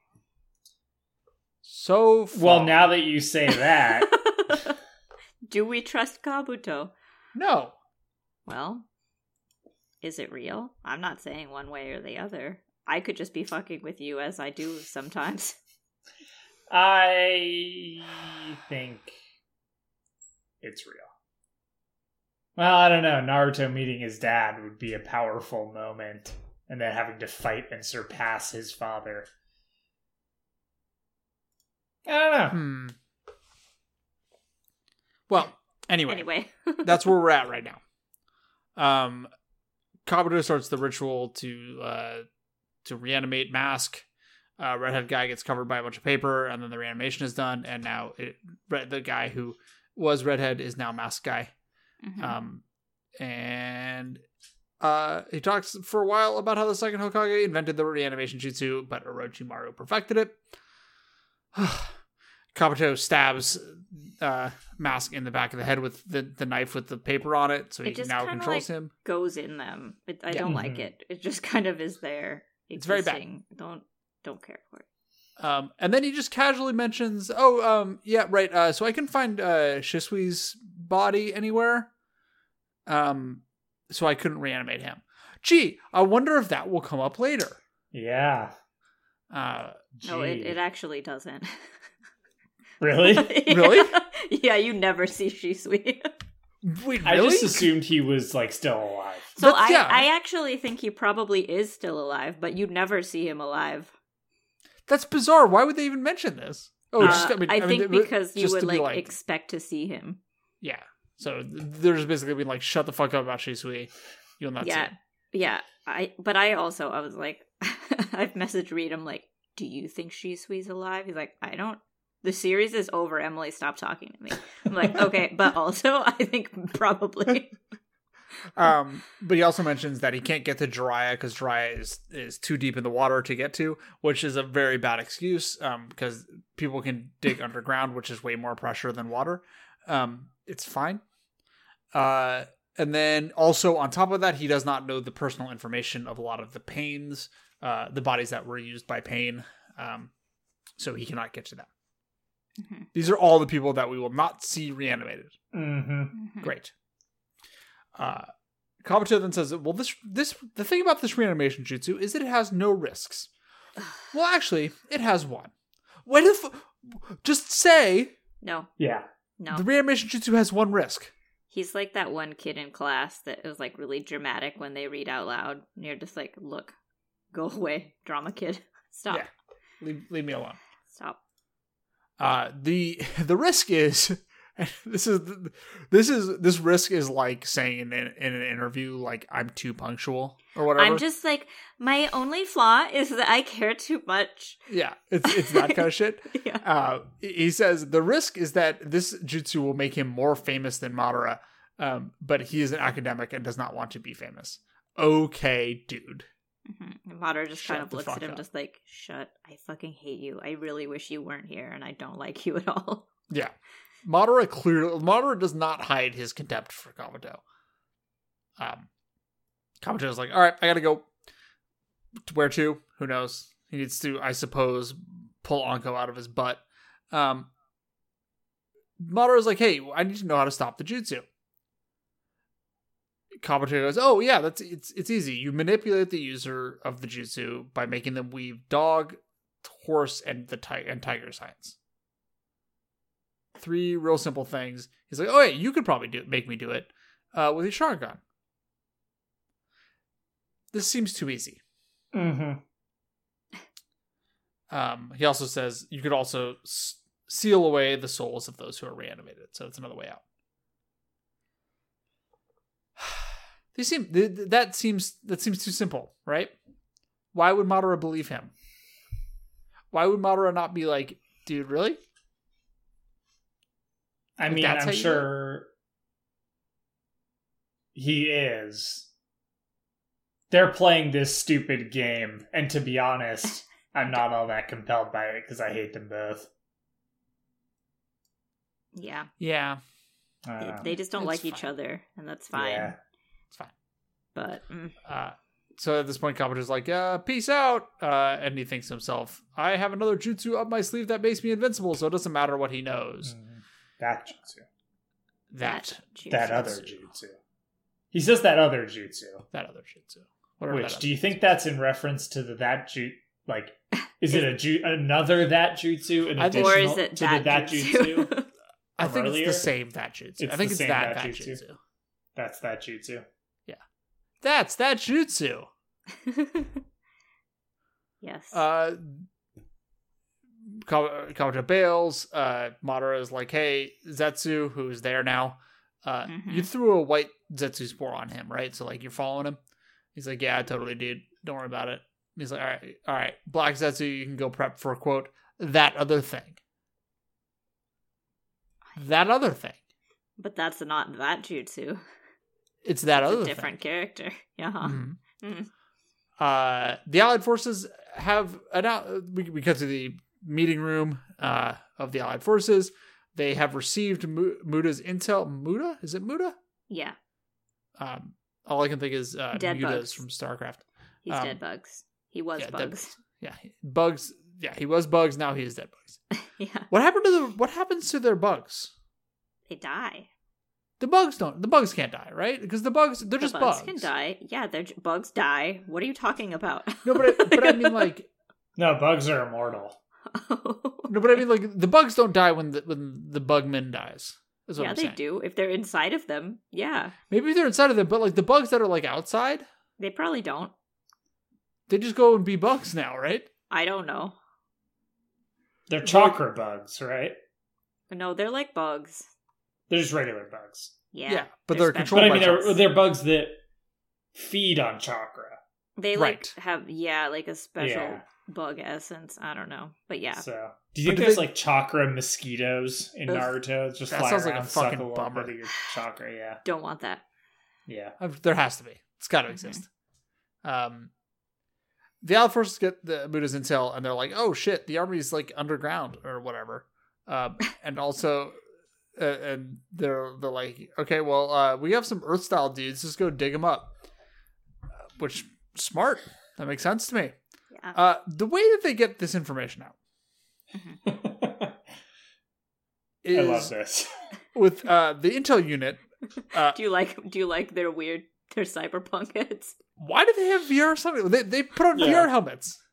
Speaker 1: So far,
Speaker 2: Well, now that you say that,
Speaker 3: Do we trust Kabuto?
Speaker 1: No.
Speaker 3: Well, is it real? I'm not saying one way or the other. I could just be fucking with you as I do sometimes.
Speaker 2: I think it's real. Well, I don't know. Naruto meeting his dad would be a powerful moment, and then having to fight and surpass his father. I don't know.
Speaker 1: Hmm. Well, anyway,
Speaker 3: Anyway,
Speaker 1: that's where we're at right now. Um, Kabuto starts the ritual to uh, to reanimate Mask. Uh, redhead guy gets covered by a bunch of paper, and then the reanimation is done. And now it, red, the guy who was redhead is now Mask guy.
Speaker 3: Mhm.
Speaker 1: Um, and uh, he talks for a while about how the second Hokage invented the reanimation jutsu, but Orochimaru perfected it. Kabuto stabs uh, Mask in the back of the head with the, the knife with the paper on it, so
Speaker 3: It
Speaker 1: he
Speaker 3: just
Speaker 1: now
Speaker 3: kinda
Speaker 1: controls
Speaker 3: like-
Speaker 1: him.
Speaker 3: goes in them. It, I
Speaker 1: Yeah. Mm-hmm.
Speaker 3: don't like
Speaker 2: Mhm.
Speaker 3: it. It just kind of is there.
Speaker 1: It's very bad.
Speaker 3: existing. Don't don't care for it.
Speaker 1: Um, and then he just casually mentions, "Oh, um, yeah, right. Uh, so I can find uh, Shisui's body anywhere. Um, so I couldn't reanimate him. Gee, I wonder if that will come up later."
Speaker 2: Yeah.
Speaker 1: Uh,
Speaker 3: No, it,
Speaker 2: Gee.
Speaker 3: it actually doesn't.
Speaker 2: really?
Speaker 1: Really?
Speaker 3: yeah, you never see Shisui.
Speaker 1: Wait,
Speaker 2: I
Speaker 1: really?
Speaker 2: just assumed he was like still alive.
Speaker 3: so
Speaker 1: That's-
Speaker 3: I,
Speaker 1: yeah.
Speaker 3: I actually think he probably is still alive, but you never see him alive.
Speaker 1: That's bizarre. Why would they even mention this? Oh,
Speaker 3: Uh,
Speaker 1: just, I, mean, I mean,
Speaker 3: think
Speaker 1: it would-
Speaker 3: because you
Speaker 1: just
Speaker 3: would
Speaker 1: to be
Speaker 3: like, expect to see him.
Speaker 1: yeah. So th- they're just basically being like, "Shut the fuck up about Shisui. You'll not see."
Speaker 3: yeah,
Speaker 1: it."
Speaker 3: yeah. I but I also I was like, I've messaged Reed. I'm like, do you think Shisui's alive? He's like, I don't. The series is over. Emily, stop talking to me. I'm like, okay, but also I think probably.
Speaker 1: Um, but he also mentions that he can't get to Jiraiya because Jiraiya is is too deep in the water to get to, which is a very bad excuse. Um, because people can dig underground, which is way more pressure than water. Um, it's fine. Uh, and then also on top of that, he does not know the personal information of a lot of the pains, uh, the bodies that were used by pain. Um, so he cannot get to them.
Speaker 3: Mhm.
Speaker 1: These are all the people that we will not see reanimated.
Speaker 2: Mm-hmm.
Speaker 3: Hmm.
Speaker 1: Great. Uh, Kabuto then says, "Well, this this the thing about this reanimation jutsu is that it has no risks. Well, actually, it has one. What if? Just say
Speaker 3: No,
Speaker 2: Yeah.
Speaker 3: no.
Speaker 1: the reanimation jutsu has one risk.
Speaker 3: He's like that one kid in class that was like really dramatic when they read out loud. And you're just like, look, go away, drama kid. Stop.
Speaker 1: Yeah. Leave, leave me alone.
Speaker 3: Stop.
Speaker 1: Uh, the the risk is." This is this is this risk is like saying in, an- in an interview like I'm too punctual or whatever.
Speaker 3: I'm just like, my only flaw is that I care too much.
Speaker 1: yeah, it's it's that kind of shit.
Speaker 3: Yeah.
Speaker 1: Uh, he says the risk is that this jutsu will make him more famous than Madara, um, but he is an academic and does not want to be famous. Okay, dude.
Speaker 3: Mm-hmm. Mater just kind
Speaker 1: Shut
Speaker 3: of
Speaker 1: the
Speaker 3: looks at
Speaker 1: fuck
Speaker 3: him,
Speaker 1: up.
Speaker 3: just like, shut, I fucking hate you. I really wish you weren't here and I don't like you at all.
Speaker 1: Yeah, Madara clearly Madara does not hide his contempt for Kabuto. Um, Kabuto is like, all right, I gotta go. To where to? Who knows? He needs to, I suppose, pull Anko out of his butt. Um, Madara is like, hey, I need to know how to stop the jutsu. Kabuto goes, oh yeah, that's it's it's easy. You manipulate the user of the jutsu by making them weave dog, horse, and the ti- and tiger signs. Three real simple things. He's like, oh yeah, you could probably do make me do it uh, with your Sharingan. This seems too easy.
Speaker 2: Mm-hmm.
Speaker 1: Um, he also says you could also s- seal away the souls of those who are reanimated. So that's another way out. they seem th- th- that seems that seems too simple, right? Why would Madara believe him? Why would Madara not be like, dude, really?
Speaker 2: I
Speaker 1: Like,
Speaker 2: mean,
Speaker 1: that's how
Speaker 2: I'm
Speaker 1: you-
Speaker 2: sure he is. They're playing this stupid game, and to be honest, I'm not all that compelled by it because I hate them both.
Speaker 3: Yeah.
Speaker 1: Yeah,
Speaker 3: They-
Speaker 2: Uh,
Speaker 3: they, just don't like
Speaker 1: That's
Speaker 3: each
Speaker 1: fine.
Speaker 3: other and that's fine.
Speaker 2: Yeah.
Speaker 1: it's fine.
Speaker 3: But mm,
Speaker 1: Uh, so at this point, Kabuto's like, uh, peace out. Uh, and he thinks to himself, I have another jutsu up my sleeve that makes me invincible, so it doesn't matter what he knows.
Speaker 2: Mhm. That jutsu.
Speaker 1: that
Speaker 3: Jutsu.
Speaker 2: that other jutsu. He says that other jutsu.
Speaker 1: that other jutsu. Whatever
Speaker 2: Which
Speaker 1: that
Speaker 2: do you think that's in reference to the that jutsu? Like, is it a ju- another that jutsu? An
Speaker 1: I think-
Speaker 2: additional
Speaker 3: Or is it
Speaker 2: to
Speaker 3: that,
Speaker 2: the that jutsu?
Speaker 3: jutsu?
Speaker 1: I
Speaker 2: from
Speaker 1: think
Speaker 2: earlier?
Speaker 1: it's the same that jutsu.
Speaker 2: It's
Speaker 1: I think
Speaker 2: the
Speaker 1: it's
Speaker 2: same
Speaker 1: that that
Speaker 2: that
Speaker 1: jutsu.
Speaker 2: jutsu. That's that jutsu.
Speaker 1: That's that jutsu.
Speaker 3: yes.
Speaker 1: Uh, Ka- Kabuto bails. Uh, Madara is like, "Hey, Zetsu, who's there now? Uh,
Speaker 3: Mhm.
Speaker 1: you threw a white Zetsu spore on him, right? So like, you're following him." He's like, "Yeah, totally, dude. Don't worry about it." He's like, "All right, all right, Black Zetsu, you can go prep for quote that other thing. That other thing.
Speaker 3: but that's not that jutsu.
Speaker 1: It's that
Speaker 3: It's
Speaker 1: other
Speaker 3: a
Speaker 1: thing.
Speaker 3: different character. Yeah.
Speaker 1: Mhm.
Speaker 3: Mm.
Speaker 1: Uh, the Allied forces have announced. We, we cut to the meeting room uh, of the Allied forces. They have received Mu- Muda's intel. Muda is it Muda?
Speaker 3: Yeah.
Speaker 1: Um, all I can think is uh,
Speaker 3: Dead
Speaker 1: Muda's
Speaker 3: bugs.
Speaker 1: from StarCraft.
Speaker 3: He's
Speaker 1: Um,
Speaker 3: dead bugs. He was
Speaker 1: yeah, dead
Speaker 3: bugs.
Speaker 1: Yeah, he- bugs. Yeah, he was bugs. Now he is dead bugs.
Speaker 3: yeah.
Speaker 1: What happened to the? What happens to their bugs?
Speaker 3: They die.
Speaker 1: The bugs don't. The bugs can't die, right? Because the bugs, they're just
Speaker 3: the bugs, can die. Yeah, their bugs die. What are you talking about?
Speaker 1: No, but I, but I mean like
Speaker 2: No, bugs are immortal.
Speaker 1: no, but I mean like the bugs don't die when the when the bugman dies. Is what
Speaker 3: yeah,
Speaker 1: I'm
Speaker 3: they
Speaker 1: saying.
Speaker 3: do. If they're inside of them, yeah,
Speaker 1: Maybe they're inside of them, but like the bugs that are like outside,
Speaker 3: they probably don't.
Speaker 1: they just go and be bugs now, right?
Speaker 3: I don't know.
Speaker 2: They're chakra bugs, right?
Speaker 3: No, they're like bugs.
Speaker 2: They're just regular bugs.
Speaker 3: Yeah,
Speaker 1: but
Speaker 3: they're
Speaker 1: they're,
Speaker 3: special.
Speaker 2: But
Speaker 1: controlled
Speaker 2: I mean,
Speaker 1: by
Speaker 2: they're,
Speaker 1: bugs.
Speaker 2: they're bugs that feed on chakra.
Speaker 3: they
Speaker 1: right.
Speaker 3: like have yeah, like a special
Speaker 2: Yeah.
Speaker 3: bug essence. I don't know, but yeah,
Speaker 2: So, do you
Speaker 1: But
Speaker 2: think
Speaker 1: do
Speaker 2: there's
Speaker 1: they-
Speaker 2: like chakra mosquitoes in
Speaker 1: Ugh.
Speaker 2: Naruto? It's Just
Speaker 1: That
Speaker 2: fly
Speaker 1: sounds like
Speaker 2: around,
Speaker 1: a
Speaker 2: suck
Speaker 1: fucking
Speaker 2: little
Speaker 1: bummer.
Speaker 2: bit of your chakra. Yeah,
Speaker 3: don't want that.
Speaker 2: yeah.
Speaker 1: I've- there has to be. It's got to
Speaker 3: Mhm.
Speaker 1: exist. Um, the Allied forces get the Buddha's intel, and they're like, "Oh shit, the army's like underground or whatever." Um, and also, uh, and they're they're like, "Okay, well, uh, we have some Earth style dudes. Just go dig them up." Uh, which smart. That makes sense to me.
Speaker 3: Yeah,
Speaker 1: Uh, the way that they get this information out
Speaker 2: I
Speaker 1: is
Speaker 2: love this.
Speaker 1: with uh, the intel unit. Uh,
Speaker 3: do you like do you like their weird their cyberpunk heads
Speaker 1: why do they have VR something? They, they put on
Speaker 2: Yeah.
Speaker 1: VR helmets.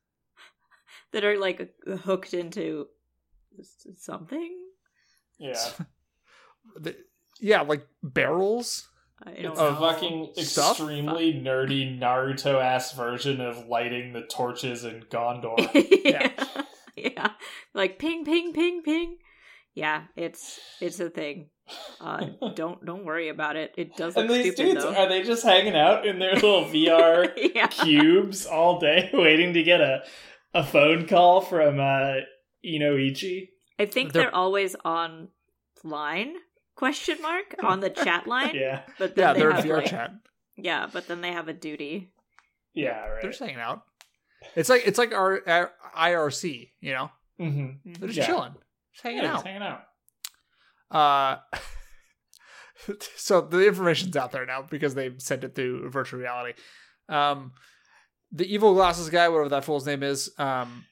Speaker 3: that are like hooked into something?
Speaker 2: Yeah,
Speaker 1: They- yeah, like barrels.
Speaker 3: I don't
Speaker 2: it's
Speaker 3: know.
Speaker 2: a fucking
Speaker 1: Stuff?
Speaker 2: extremely nerdy Naruto ass version of lighting the torches in Gondor.
Speaker 3: yeah. yeah. Like ping ping ping ping. Yeah, it's it's a thing. Uh don't don't worry about it. It does look
Speaker 2: and these
Speaker 3: stupid
Speaker 2: dudes
Speaker 3: though.
Speaker 2: are they just hanging out in their little VR
Speaker 3: yeah.
Speaker 2: cubes all day, waiting to get a a phone call from uh, Inoichi?
Speaker 3: I think
Speaker 1: They're-
Speaker 3: they're, always online question mark on the chat line.
Speaker 2: Yeah,
Speaker 3: But then
Speaker 1: Yeah,
Speaker 3: they
Speaker 1: they're in
Speaker 3: have
Speaker 1: VR
Speaker 3: like-
Speaker 1: chat.
Speaker 3: Yeah, but then they have a duty.
Speaker 2: yeah,
Speaker 1: They're
Speaker 2: right.
Speaker 1: just hanging out. It's like it's like our, our IRC. You know,
Speaker 2: Mm-hmm.
Speaker 1: they're just
Speaker 2: Yeah.
Speaker 1: chilling, just hanging
Speaker 2: Yeah,
Speaker 1: out.
Speaker 2: just hanging out.
Speaker 1: Uh, so the information's out there now because they sent it through virtual reality. Um, the evil glasses guy, whatever that fool's name is, um,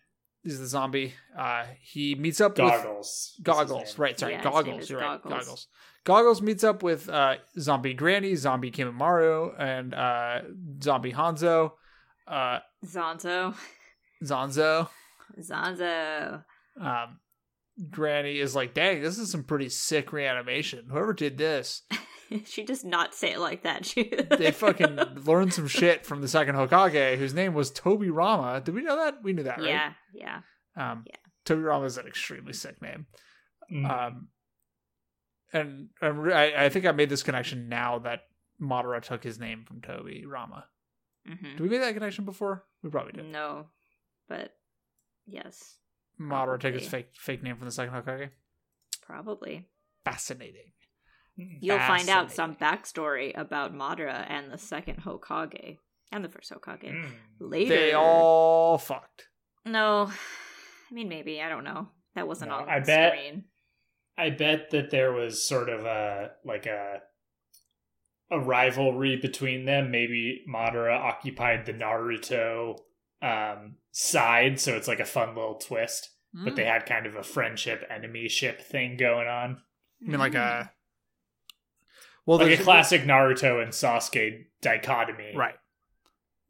Speaker 1: is the zombie. Uh, he meets up with
Speaker 2: Goggles. is his
Speaker 1: Goggles,
Speaker 2: name.
Speaker 1: right? Sorry,
Speaker 3: Yeah, his name
Speaker 1: goggles.
Speaker 3: is
Speaker 1: You're right.
Speaker 3: Goggles.
Speaker 1: Goggles. Goggles meets up with uh, zombie Granny, zombie Kimamaru, and uh, zombie Hanzo, uh,
Speaker 3: Zanzo.
Speaker 1: Zanzo.
Speaker 3: Zanzo.
Speaker 1: Um, Granny is like, "Dang, this is some pretty sick reanimation. Whoever did this,
Speaker 3: she does not say it like that. She
Speaker 1: they fucking learned some shit from the second Hokage, whose name was Toby Rama. Did we know that? We knew that, right?
Speaker 3: Yeah, yeah.
Speaker 1: Um,
Speaker 3: Yeah.
Speaker 1: Toby Rama is an extremely sick name.
Speaker 2: Mm.
Speaker 1: Um, and I'm re- I, I think I made this connection now that Madara took his name from Toby Rama.
Speaker 3: hmm
Speaker 1: Did we make that connection before? We probably did.
Speaker 3: No. But yes.
Speaker 1: Madara took his
Speaker 3: Mm, Probably.
Speaker 1: fake fake name from the second Hokage.
Speaker 3: Probably.
Speaker 1: Fascinating.
Speaker 3: You'll find out some
Speaker 1: Fascinating.
Speaker 3: backstory about Madara and the second Hokage and the first Hokage
Speaker 2: Mm.
Speaker 3: later.
Speaker 1: They all fucked.
Speaker 3: no, I mean maybe I don't know. That wasn't
Speaker 2: No,
Speaker 3: on
Speaker 2: I
Speaker 3: the
Speaker 2: bet-
Speaker 3: screen.
Speaker 2: I bet that there was sort of a like a a rivalry between them. Maybe Madara occupied the Naruto um side, so it's like a fun little twist.
Speaker 1: Hmm?
Speaker 2: But
Speaker 1: Mm.
Speaker 3: Hmm.
Speaker 2: they had kind of a friendship enemy ship thing going on.
Speaker 1: uh, I mean, like
Speaker 3: Mm.
Speaker 1: a Well,
Speaker 2: like
Speaker 1: there's-
Speaker 2: a classic Naruto and Sasuke dichotomy.
Speaker 1: right?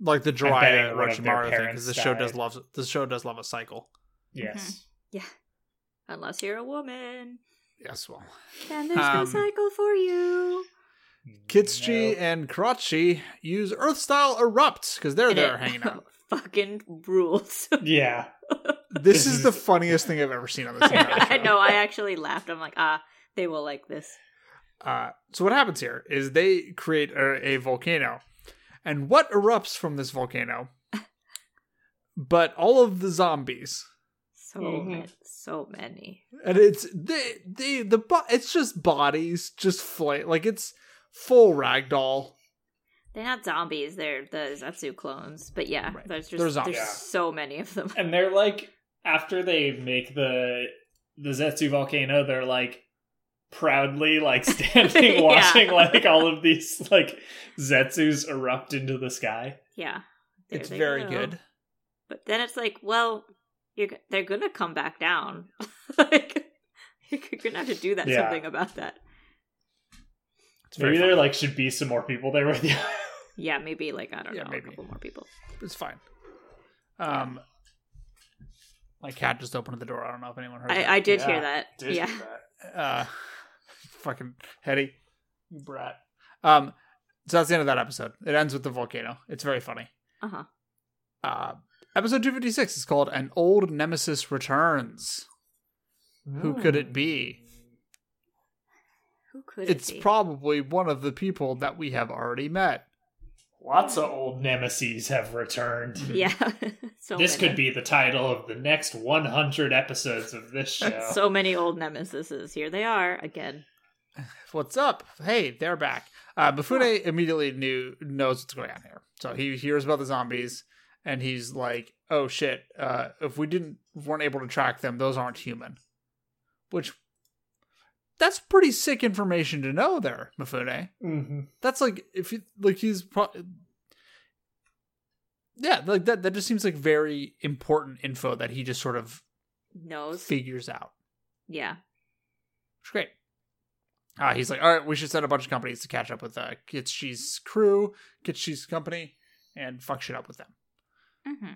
Speaker 1: Like the
Speaker 2: betting
Speaker 1: Jiraiya and
Speaker 2: one of their
Speaker 1: Orochimaru thing,
Speaker 2: parents
Speaker 1: because this show does
Speaker 2: died.
Speaker 1: love this show does love a cycle.
Speaker 2: Yes.
Speaker 3: Unless you're a woman,
Speaker 1: Yes, well,
Speaker 3: then there's no
Speaker 1: Um,
Speaker 3: cycle for you. Mm-hmm.
Speaker 1: Kitsuchi
Speaker 2: No.
Speaker 1: and Karachi use Earth style erupts because they're
Speaker 3: And
Speaker 1: there
Speaker 3: it
Speaker 1: hanging out.
Speaker 3: Fucking rules.
Speaker 2: Yeah.
Speaker 1: This
Speaker 2: This
Speaker 1: is
Speaker 2: is-
Speaker 1: the funniest thing I've ever seen on this. entire
Speaker 3: I
Speaker 1: show.
Speaker 3: know. I actually laughed. I'm like, ah, they will like this.
Speaker 1: Uh, so what happens here is they create a, a volcano, and what erupts from this volcano? but all of the zombies,
Speaker 3: So
Speaker 2: Mhm.
Speaker 1: Mm-hmm.
Speaker 3: ma- so many.
Speaker 1: and it's they they the bo- it's just bodies just flay like it's full ragdoll.
Speaker 3: They're not zombies. They're the Zetsu clones. But yeah,
Speaker 1: Right.
Speaker 3: there's
Speaker 1: They're
Speaker 3: just
Speaker 1: zombies.
Speaker 3: there's
Speaker 2: Yeah.
Speaker 3: so many of them.
Speaker 2: And they're like after they make the the Zetsu volcano, they're like proudly like standing
Speaker 3: Yeah.
Speaker 2: watching like all of these like Zetsus erupt into the sky.
Speaker 3: Yeah, There
Speaker 1: It's
Speaker 3: they
Speaker 1: very
Speaker 3: go.
Speaker 1: good.
Speaker 3: But then it's like, well, you're g- they're gonna come back down. like you're gonna have to do that
Speaker 2: Yeah.
Speaker 3: something about that.
Speaker 1: It's very
Speaker 2: Maybe
Speaker 1: fun.
Speaker 2: there like should be some more people there with you.
Speaker 3: Yeah, maybe like I don't
Speaker 1: Yeah,
Speaker 3: know,
Speaker 1: maybe.
Speaker 3: a couple more people.
Speaker 1: It's fine. Um, my cat just opened the door. I don't know if anyone heard.
Speaker 3: I, I did hear
Speaker 2: Yeah,
Speaker 3: that. yeah,
Speaker 1: that. Uh, fucking heady.
Speaker 2: you brat.
Speaker 1: Um, so that's the end of that episode. It ends with the volcano. It's very funny.
Speaker 3: uh huh.
Speaker 1: Uh, episode 256 is called An Old Nemesis Returns. Who could it be?
Speaker 3: Who could
Speaker 1: It's
Speaker 3: it be?
Speaker 1: probably one of the people that we have already met.
Speaker 2: Lots of old nemesis have returned.
Speaker 3: yeah, so
Speaker 2: this
Speaker 3: many.
Speaker 2: could be the title of the next 100 episodes of this show.
Speaker 3: so many old nemesises. Here they are again.
Speaker 1: What's up? Hey, they're back. Uh, Mifune immediately knew knows what's going on here. So he hears about the zombies and he's like, "Oh shit! Uh, if we didn't weren't able to track them, those aren't human." Which that's pretty sick information to know there, Mifune.
Speaker 2: hmm
Speaker 1: that's like if you like he's pro- yeah like that that just seems like very important info that he just sort of
Speaker 3: Nose.
Speaker 1: figures out
Speaker 3: Yeah.
Speaker 1: it's great uh, he's like all right we should send a bunch of companies to catch up with uh Kitschi's crew Kitschi's company and fuck shit up with them
Speaker 3: Mm-hmm.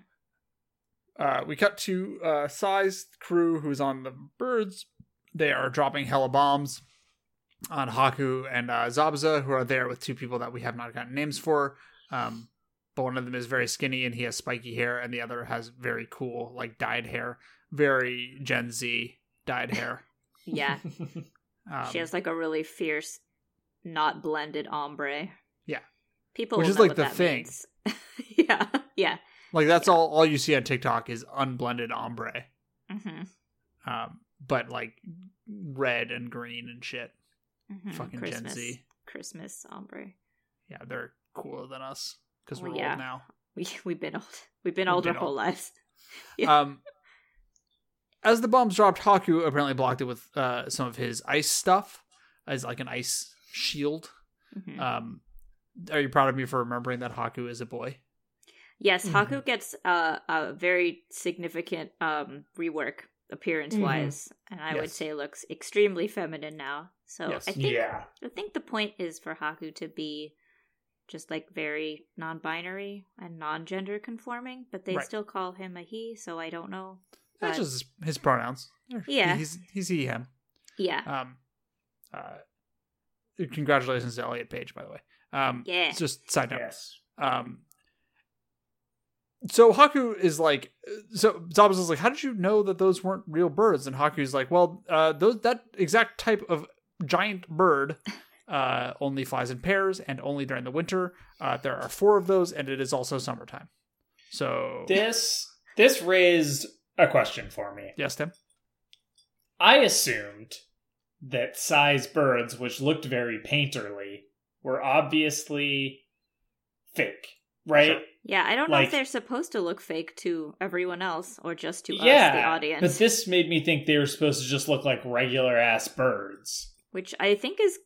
Speaker 1: uh we cut to uh Sai's crew who's on the birds they are dropping hella bombs on Haku and uh, Zabuza, who are there with two people that we have not gotten names for. Um, but one of them is very skinny and he has spiky hair, and the other has very cool, like dyed hair, very Gen Z dyed hair.
Speaker 3: Yeah.
Speaker 1: Um,
Speaker 3: she has like a really fierce, not blended ombre.
Speaker 1: Yeah.
Speaker 3: People
Speaker 1: Which
Speaker 3: will
Speaker 1: is
Speaker 3: know
Speaker 1: like
Speaker 3: what
Speaker 1: the
Speaker 3: that
Speaker 1: thing.
Speaker 3: means. yeah. Yeah.
Speaker 1: like that's all all you see on TikTok is unblended ombre,
Speaker 3: Mm-hmm.
Speaker 1: um, but like red and green and shit. Fucking Gen
Speaker 3: Mm-hmm. Hmm, Christmas.
Speaker 1: Z.
Speaker 3: Christmas ombre.
Speaker 1: Yeah, they're cooler than us because
Speaker 3: Well,
Speaker 1: we're
Speaker 3: yeah.
Speaker 1: old now.
Speaker 3: We we've been old. We've been
Speaker 1: We've
Speaker 3: old
Speaker 1: been
Speaker 3: our whole
Speaker 1: old.
Speaker 3: lives. Yeah.
Speaker 1: Um, as the bombs dropped, Haku apparently blocked it with uh, some of his ice stuff as like an ice shield.
Speaker 3: Mhm.
Speaker 1: Um, are you proud of me for remembering that Haku is a boy?
Speaker 3: yes,
Speaker 2: mhm.
Speaker 1: mm-hmm.
Speaker 3: Haku gets uh, a very significant um, rework appearance wise, and I would
Speaker 1: Yes.
Speaker 3: say looks extremely feminine now. So
Speaker 1: Yes.
Speaker 3: I think
Speaker 2: yeah.
Speaker 3: I think the point is for Haku to be just like very non-binary and non-gender conforming, but they
Speaker 1: Right.
Speaker 3: still call him a he, so I don't know.
Speaker 1: That's
Speaker 3: But-
Speaker 1: just his- his pronouns.
Speaker 3: Yeah.
Speaker 1: he's he's he him.
Speaker 3: Yeah.
Speaker 1: Um, uh, congratulations to Elliot Page, by the way. Um,
Speaker 3: Yeah.
Speaker 1: it's just side note.
Speaker 2: Yes.
Speaker 1: Um, so Haku is like, so Zabuza's like, how did you know that those weren't real birds? And Haku's like, well, uh, those that exact type of giant bird uh, only flies in pairs and only during the winter. Uh, there are four of those, and it is also summertime. So
Speaker 2: This this raised a question for me.
Speaker 1: yes, Tim.
Speaker 2: I assumed that size birds, which looked very painterly, were obviously fake, right?
Speaker 1: Sure.
Speaker 3: yeah, I don't know if
Speaker 2: like-
Speaker 3: they're supposed to look fake to everyone else or just to
Speaker 2: yeah,
Speaker 3: us, the audience.
Speaker 2: but this made me think they were supposed to just look like regular ass birds.
Speaker 3: which I think is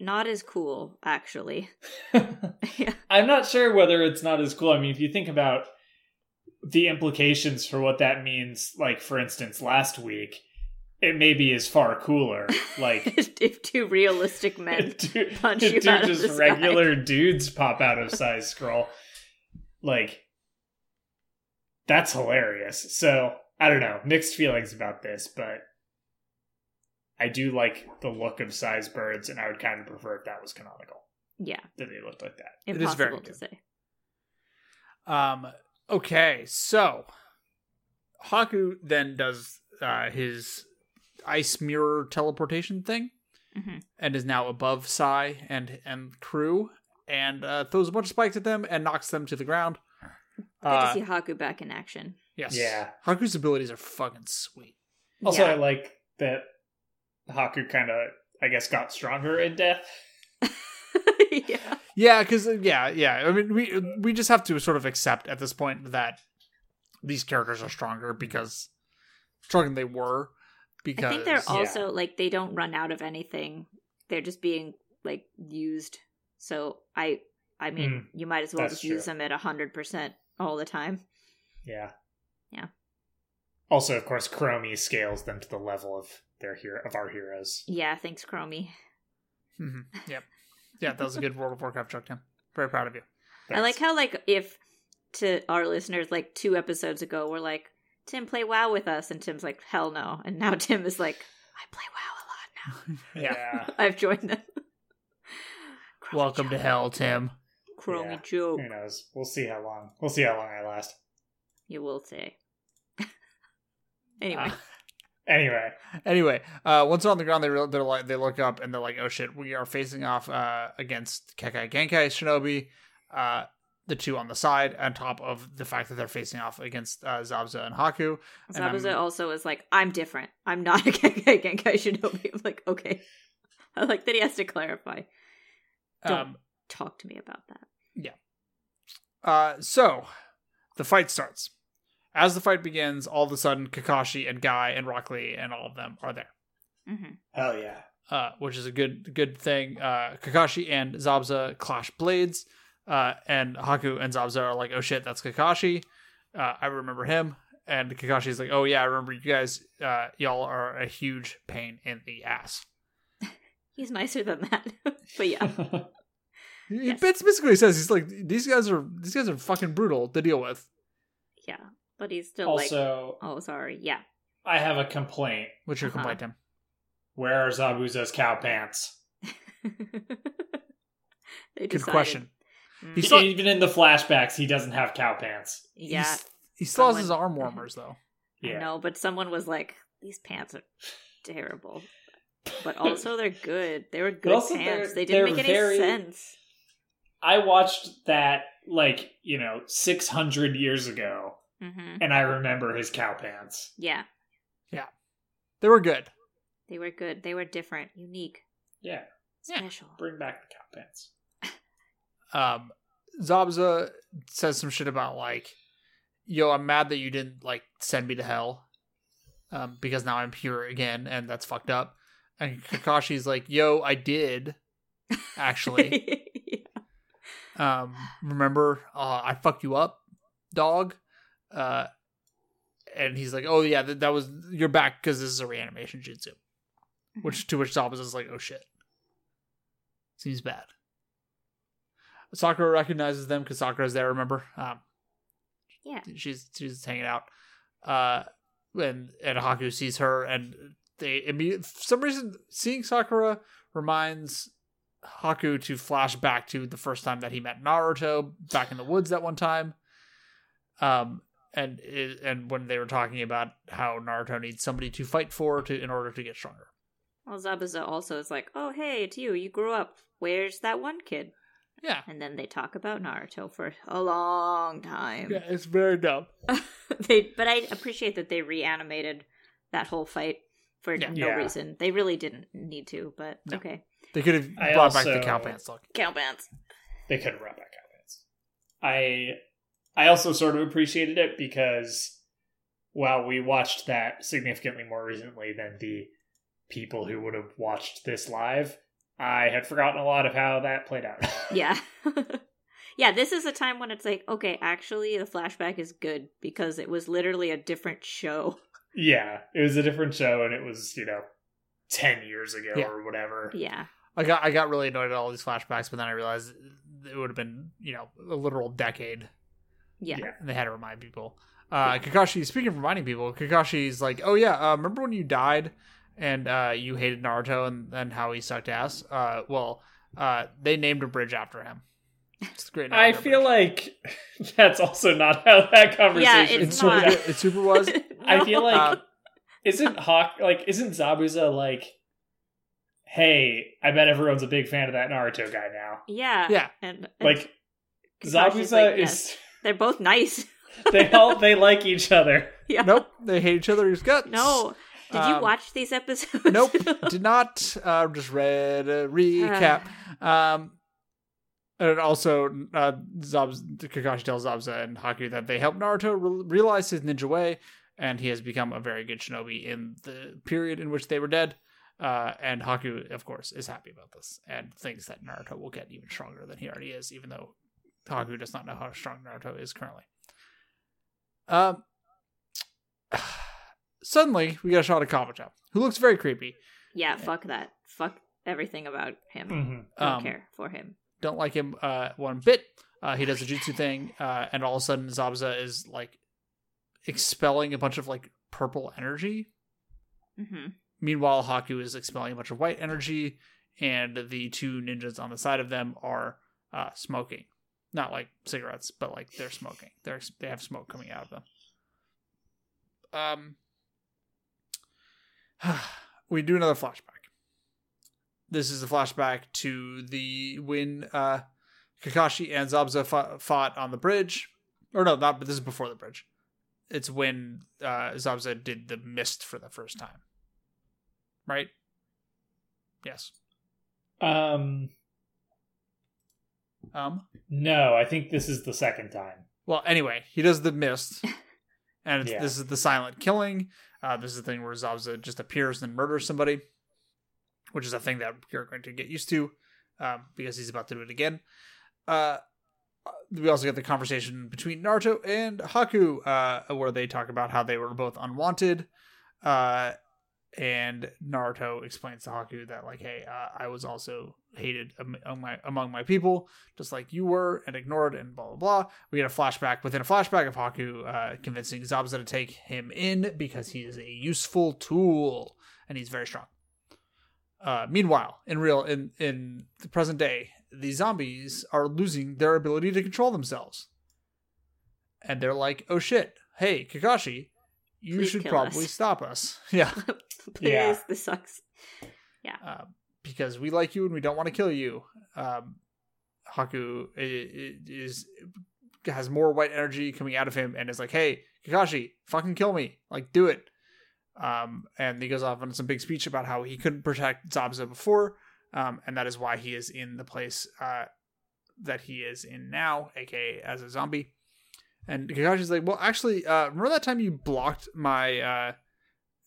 Speaker 3: not as cool, actually. yeah.
Speaker 2: I'm not sure whether it's not as cool. I mean, if you think about the implications for what that means, like for instance, last week, it maybe is far cooler. Like
Speaker 3: if two realistic men
Speaker 2: two,
Speaker 3: punch
Speaker 2: if
Speaker 3: you
Speaker 2: two
Speaker 3: out of
Speaker 2: just
Speaker 3: the sky.
Speaker 2: regular dudes pop out of side scroll. Like that's hilarious. So I don't know, mixed feelings about this, but I do like the look of size birds, and I would kind of prefer if that was canonical
Speaker 3: Yeah,
Speaker 2: that they looked like that.
Speaker 1: It is very
Speaker 3: impossible to
Speaker 1: good.
Speaker 3: say.
Speaker 1: Um, okay, so Haku then does uh, his ice mirror teleportation thing
Speaker 3: Mhm.
Speaker 1: and is now above Sai and and crew and uh, throws a bunch of spikes at them and knocks them to the ground.
Speaker 3: Good to
Speaker 1: Uh,
Speaker 3: see Haku back in action.
Speaker 1: yes.
Speaker 2: Yeah.
Speaker 1: Haku's abilities are fucking sweet.
Speaker 2: Also, I
Speaker 3: yeah.
Speaker 2: like that Haku kind of, I guess, got stronger in death.
Speaker 3: yeah.
Speaker 1: Yeah, because yeah, yeah. I mean, we we just have to sort of accept at this point that these characters are stronger because stronger than they were. Because
Speaker 3: I think they're
Speaker 2: all-
Speaker 3: also like they don't run out of anything. They're just being like used. So I I mean,
Speaker 2: Hmm,
Speaker 1: Hmm.
Speaker 3: you might as well
Speaker 2: that's
Speaker 3: just use
Speaker 2: true.
Speaker 3: them at 100% all the time.
Speaker 2: Yeah.
Speaker 3: Yeah.
Speaker 2: Also, of course, Chromie scales them to the level of their hero of our heroes.
Speaker 3: Yeah, thanks Chromie.
Speaker 1: Mhm. Yep. Yeah, that was a good World of Warcraft joke, Tim. Very proud of you.
Speaker 3: I like
Speaker 2: Thanks.
Speaker 3: how like if to our listeners like 2 episodes ago we're like Tim play WoW with us and Tim's like hell no and now Tim is like I play WoW
Speaker 1: Yeah.
Speaker 3: a lot. I've joined them. Chromie
Speaker 1: Welcome to
Speaker 3: joke.
Speaker 1: hell, Hmm. Tim.
Speaker 3: Chromie
Speaker 2: Yeah.
Speaker 3: joke.
Speaker 2: Who knows? We'll see how long. We'll see how long I last.
Speaker 3: You will say. anyway,
Speaker 1: Ah,
Speaker 2: Anyway,
Speaker 1: Anyway, uh, once they're on the ground, they real they're like they look up and they're like, "Oh shit, we are facing off uh, against Kekai Genkai Shinobi, uh, the two on the side, on top of the fact that they're facing off against uh, Zabza and Haku." and I'm-
Speaker 3: Zabuza also is like, I'm different. I'm not a Genkai Genkai Shinobi. I'm like, okay. I like that he has to clarify. Don't.
Speaker 1: Um,
Speaker 3: Talk to me about that.
Speaker 1: uh, so the fight starts. As the fight begins, all of a sudden, Kakashi and Guy and Rock Lee and all of them are there.
Speaker 3: Mm-hmm.
Speaker 2: hell yeah.
Speaker 1: uh, which is a good good thing. Uh, Kakashi and Zabza clash blades, uh, and Haku and Zabza are like, "Oh shit, that's Kakashi. Uh, I remember him." And Kakashi's like, "Oh yeah, I remember you guys. Uh, y'all are a huge pain in the ass."
Speaker 3: He's nicer than that. but yeah.
Speaker 1: He-
Speaker 3: Yes.
Speaker 1: That's basically what he says. He's like, "These guys are these guys are fucking brutal to deal with."
Speaker 3: Yeah. But he's still like,
Speaker 2: also,
Speaker 3: oh, sorry. Yeah.
Speaker 2: I have a complaint.
Speaker 1: What's your
Speaker 3: Uh-huh.
Speaker 1: complaint, Tim?
Speaker 2: Where are Zabuza's cow pants?
Speaker 3: they
Speaker 1: Good
Speaker 3: decided-
Speaker 1: question.
Speaker 3: Mm.
Speaker 1: He's- saw-
Speaker 2: E- Even in the flashbacks, he doesn't have cow pants.
Speaker 3: yeah.
Speaker 1: He's- he still has his
Speaker 3: Someone-
Speaker 1: arm warmers though.
Speaker 3: I
Speaker 2: Yeah.
Speaker 3: know, but someone was like, these pants are terrible. But also, they're good. They were good
Speaker 2: also they're-
Speaker 3: pants. They didn't
Speaker 2: they're
Speaker 3: make any
Speaker 2: very-
Speaker 3: sense.
Speaker 2: I watched that like you know six hundred years ago,
Speaker 3: hmm
Speaker 2: and I remember his cow pants.
Speaker 3: Yeah.
Speaker 1: They were good.
Speaker 3: They were good. They were different, unique,
Speaker 2: Yeah,
Speaker 1: Yeah.
Speaker 3: special.
Speaker 2: bring back the cow pants.
Speaker 1: um Zabza says some shit about like yo I'm mad that you didn't like send me to hell um because now I'm here again and that's fucked up and Kakashi's like yo I did actually um remember uh, I fucked you up dog uh and he's like oh yeah that, that was you're back cuz this is a reanimation jutsu which to which Zabuza's like, oh shit. Seems bad. Sakura recognizes them because Sakura's there, remember? Um,
Speaker 3: Yeah.
Speaker 1: She's she's hanging out. Uh and and Haku sees her and they immediately for some reason seeing Sakura reminds Haku to flash back to the first time that he met Naruto back in the woods that one time. Um and it, and when they were talking about how Naruto needs somebody to fight for to in order to get stronger.
Speaker 3: well, Zabuza also is like, oh, hey, it's you. You grew up. Where's that one kid?
Speaker 1: Yeah.
Speaker 3: And then they talk about Naruto for a long time.
Speaker 1: Yeah, it's very dumb.
Speaker 3: they, but I appreciate that they reanimated that whole fight for
Speaker 1: Yeah.
Speaker 3: no
Speaker 2: Yeah.
Speaker 3: reason. They really didn't need to, but
Speaker 1: No.
Speaker 3: okay.
Speaker 1: They could have
Speaker 2: I
Speaker 1: brought back the
Speaker 2: also-
Speaker 1: cow pants look.
Speaker 3: Cow pants.
Speaker 2: they could have brought back comments. I I also sort of appreciated it because while we watched that significantly more recently than the people who would have watched this live, I had forgotten a lot of how that played out.
Speaker 3: Yeah. yeah, this is a time when it's like, okay, actually, the flashback is good because it was literally a different show.
Speaker 2: Yeah, it was a different show, and it was you know ten years ago
Speaker 1: Yeah.
Speaker 2: or whatever.
Speaker 3: Yeah.
Speaker 1: I got I got really annoyed at all these flashbacks, but then I realized it would have been you know a literal decade,
Speaker 3: Yeah.
Speaker 2: Yeah.
Speaker 1: and they had to remind people. Uh, Kakashi, speaking of reminding people, Kakashi's like, oh yeah, uh, remember when you died and uh, you hated Naruto and, and how he sucked ass? Uh, well, uh, they named a bridge after him. It's the great.
Speaker 2: I
Speaker 1: Naruto
Speaker 2: feel
Speaker 1: bridge.
Speaker 2: like that's also not how that conversation.
Speaker 1: it's
Speaker 3: not.
Speaker 1: super. good- It super was.
Speaker 2: I feel like
Speaker 1: Uh,
Speaker 2: isn't Hawk like isn't Zabuza like? Hey, I bet everyone's a big fan of that Naruto guy now.
Speaker 3: Yeah.
Speaker 1: Yeah.
Speaker 3: And, and
Speaker 2: Like
Speaker 3: Kakashi's
Speaker 2: Zabuza
Speaker 3: like,
Speaker 2: is
Speaker 3: "Yes." They're both nice.
Speaker 2: they all they like each other.
Speaker 3: Yeah.
Speaker 1: nope, they hate each other's guts.
Speaker 3: No. Did you
Speaker 1: Um,
Speaker 3: watch these episodes?
Speaker 1: Nope, did not. Uh, just read a
Speaker 3: Uh,
Speaker 1: recap. Um, and also, uh, Zabz, Kakashi tells Zabuza and Haku that they helped Naruto re- realize his ninja way, and he has become a very good shinobi in the period in which they were dead. Uh, and Haku, of course, is happy about this and thinks that Naruto will get even stronger than he already is, even though Haku does not know how strong Naruto is currently. Um, suddenly, we get a shot of Kabuto, who looks very creepy.
Speaker 3: yeah. Fuck that. Fuck everything about him.
Speaker 2: Mm-hmm.
Speaker 3: Don't
Speaker 1: Um,
Speaker 3: care for him.
Speaker 1: don't like him uh, one bit. Uh, he does a jutsu thing, uh, and all of a sudden Zabuza is like expelling a bunch of like purple energy.
Speaker 3: hmm
Speaker 1: Meanwhile, Haku is expelling a bunch of white energy, and the two ninjas on the side of them are uh, smoking, not like cigarettes, but like they're smoking. They're they have smoke coming out of them. Um, we do another flashback. This is a flashback to the when uh, Kakashi and Zabuza fought, fought on the bridge, or no, not. But this is before the bridge. It's when uh, Zabuza did the mist for the first time right? Yes.
Speaker 2: Um,
Speaker 1: Um.
Speaker 2: no, I think this is the second time.
Speaker 1: Well, anyway, he does the mist, and it's,
Speaker 2: Yeah.
Speaker 1: this is the silent killing. Uh, this is the thing where Zabuza just appears and murders somebody, which is a thing that you're going to get used to, um, because he's about to do it again. Uh, we also get the conversation between Naruto and Haku, uh, where they talk about how they were both unwanted. Uh, and Naruto explains to Haku that like, hey, uh, I was also hated am- among my among my people, just like you were, and ignored, and blah blah blah. We get a flashback within a flashback of Haku uh, convincing Zabuza to take him in because he is a useful tool and he's very strong. Uh, meanwhile, in real in in the present day, the zombies are losing their ability to control themselves, and they're like, "Oh shit! Hey, Kakashi, you
Speaker 3: Please
Speaker 1: should
Speaker 3: kill
Speaker 1: probably
Speaker 3: us."
Speaker 1: stop us." Yeah,
Speaker 3: Please,
Speaker 2: Yeah.
Speaker 3: this sucks.
Speaker 1: uh, because we like you and we don't want to kill you. Um, Haku i- i- is has more white energy coming out of him and is like, "Hey, Kakashi, fucking kill me! Like, do it." Um, and he goes off on some big speech about how he couldn't protect Zabuza before, um, and that is why he is in the place uh, that he is in now, aka as a zombie. And Kakashi's like, "Well, actually, uh, remember that time you blocked my uh,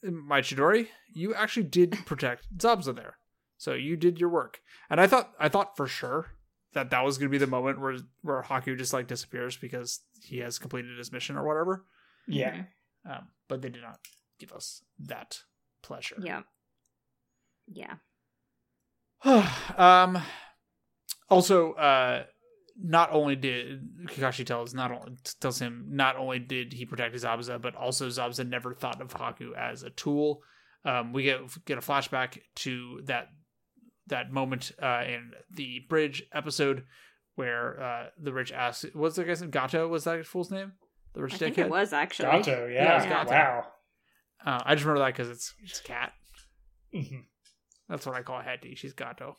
Speaker 1: my Chidori? You actually did protect Zabuza there, so you did your work." And I thought, I thought for sure that that was going to be the moment where where Haku just like disappears because he has completed his mission or whatever.
Speaker 2: Yeah,
Speaker 3: Mhm.
Speaker 1: Um, but they did not give us that pleasure.
Speaker 3: Yeah. Yeah.
Speaker 1: um also uh not only did Kakashi tells not only tells him not only did he protect Zabuza, but also Zabuza never thought of Haku as a tool. Um, we get get a flashback to that that moment uh, in the bridge episode where uh, the rich asks, "What's that guy's name? Gato? Was that his fool's name? The rich
Speaker 3: I
Speaker 1: dickhead."
Speaker 3: think it was actually.
Speaker 2: Gato.
Speaker 1: Yeah,
Speaker 2: Yeah,
Speaker 1: it's Gato.
Speaker 2: wow.
Speaker 1: Uh, I just remember that because it's it's cat.
Speaker 2: Mhm.
Speaker 1: That's what I call Hattie. She's Gato.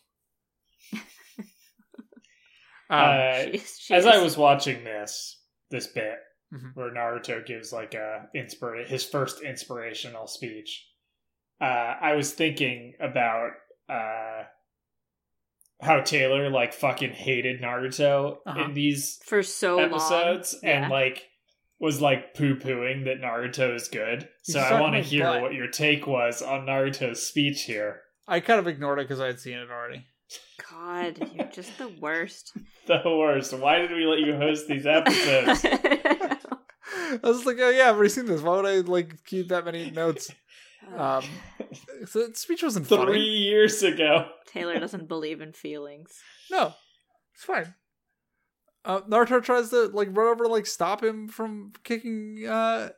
Speaker 1: um,
Speaker 2: uh,
Speaker 3: She's- she
Speaker 2: as
Speaker 3: is-
Speaker 2: I was watching this this bit
Speaker 1: Mhm.
Speaker 2: where Naruto gives like a inspira- his first inspirational speech, uh, I was thinking about uh, how Taylor like fucking hated Naruto
Speaker 1: Uh-huh.
Speaker 2: in these
Speaker 3: for so
Speaker 2: episodes
Speaker 3: long.
Speaker 2: and like was like poo pooing that Naruto is good.
Speaker 1: He's
Speaker 2: So I
Speaker 1: sucking
Speaker 2: want to
Speaker 1: his
Speaker 2: hear
Speaker 1: butt.
Speaker 2: what your take was on Naruto's speech here.
Speaker 1: I kind of ignored it because I had seen it already.
Speaker 3: God, you're just the worst.
Speaker 2: The worst. Why did we let you host these episodes?
Speaker 3: I
Speaker 1: I was like, oh yeah, I've already seen this. Why would I like keep that many notes? Um, so the speech wasn't
Speaker 2: Three
Speaker 1: funny.
Speaker 2: years ago.
Speaker 3: Taylor doesn't believe in feelings.
Speaker 1: No, it's fine. Uh, Naruto tries to like run over, and, like stop him from kicking uh,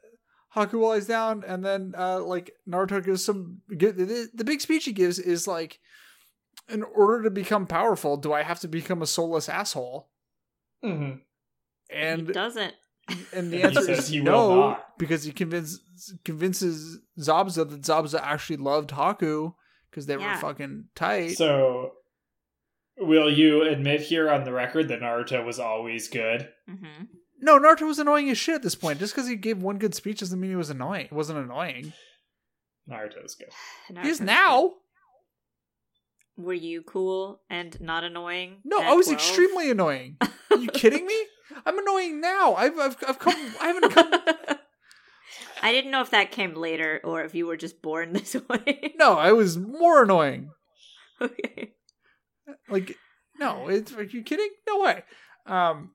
Speaker 1: Haku while he's down, and then uh, like Naruto gives some. Get, the, the big speech he gives is like, in order to become powerful, do I have to become a soulless asshole? Mm-hmm.
Speaker 2: hmm
Speaker 3: he
Speaker 1: And
Speaker 3: doesn't.
Speaker 1: and the
Speaker 2: And he
Speaker 1: answer
Speaker 2: says
Speaker 1: is
Speaker 2: he will
Speaker 1: no,
Speaker 2: not.
Speaker 1: because he convinces convinces Zabza that Zabza actually loved Haku because they
Speaker 3: Yeah.
Speaker 1: were fucking tight.
Speaker 2: So, will you admit here on the record that Naruto was always good?
Speaker 3: hmm
Speaker 1: no, Naruto was annoying as shit at this point. Just because he gave one good speech doesn't mean he was annoying. wasn't annoying.
Speaker 2: Naruto's good.
Speaker 1: he is now.
Speaker 3: Were you cool and not annoying?
Speaker 1: No,
Speaker 3: at
Speaker 1: I was
Speaker 3: 12?
Speaker 1: extremely annoying. Are you kidding me? I'm annoying now. I've I've I've come. I haven't come.
Speaker 3: I didn't know if that came later or if you were just born this way.
Speaker 1: No, I was more annoying.
Speaker 3: okay.
Speaker 1: Like, no, it's are you kidding? No way. Um,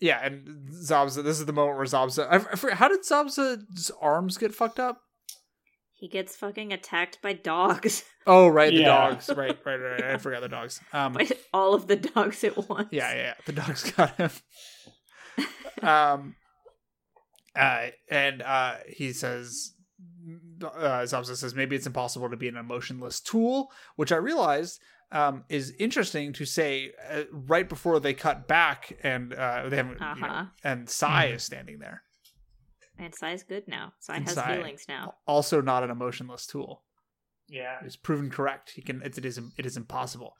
Speaker 1: yeah, and Zabza. This is the moment where Zabza. I, I forget, how did Zabza's arms get fucked up?
Speaker 3: He gets fucking attacked by dogs,
Speaker 1: Oh, right, the
Speaker 2: Yeah.
Speaker 1: dogs. Right, right, right. I forgot the dogs. Um,
Speaker 3: by all of the dogs at once.
Speaker 1: yeah, yeah, yeah, the dogs got him. um, uh, and uh, he says, uh, Zabza says, maybe it's impossible to be an emotionless tool, which I realized um, is interesting to say uh, right before they cut back and uh, they haven't, you know,
Speaker 3: Uh-huh.
Speaker 1: and Sai is standing there.
Speaker 3: And Sai's good now. Sai
Speaker 1: And
Speaker 3: has
Speaker 1: Sai.
Speaker 3: feelings now.
Speaker 1: Also, not an emotionless tool.
Speaker 2: Yeah.
Speaker 1: It's proven correct. He can. It, it is. It is impossible.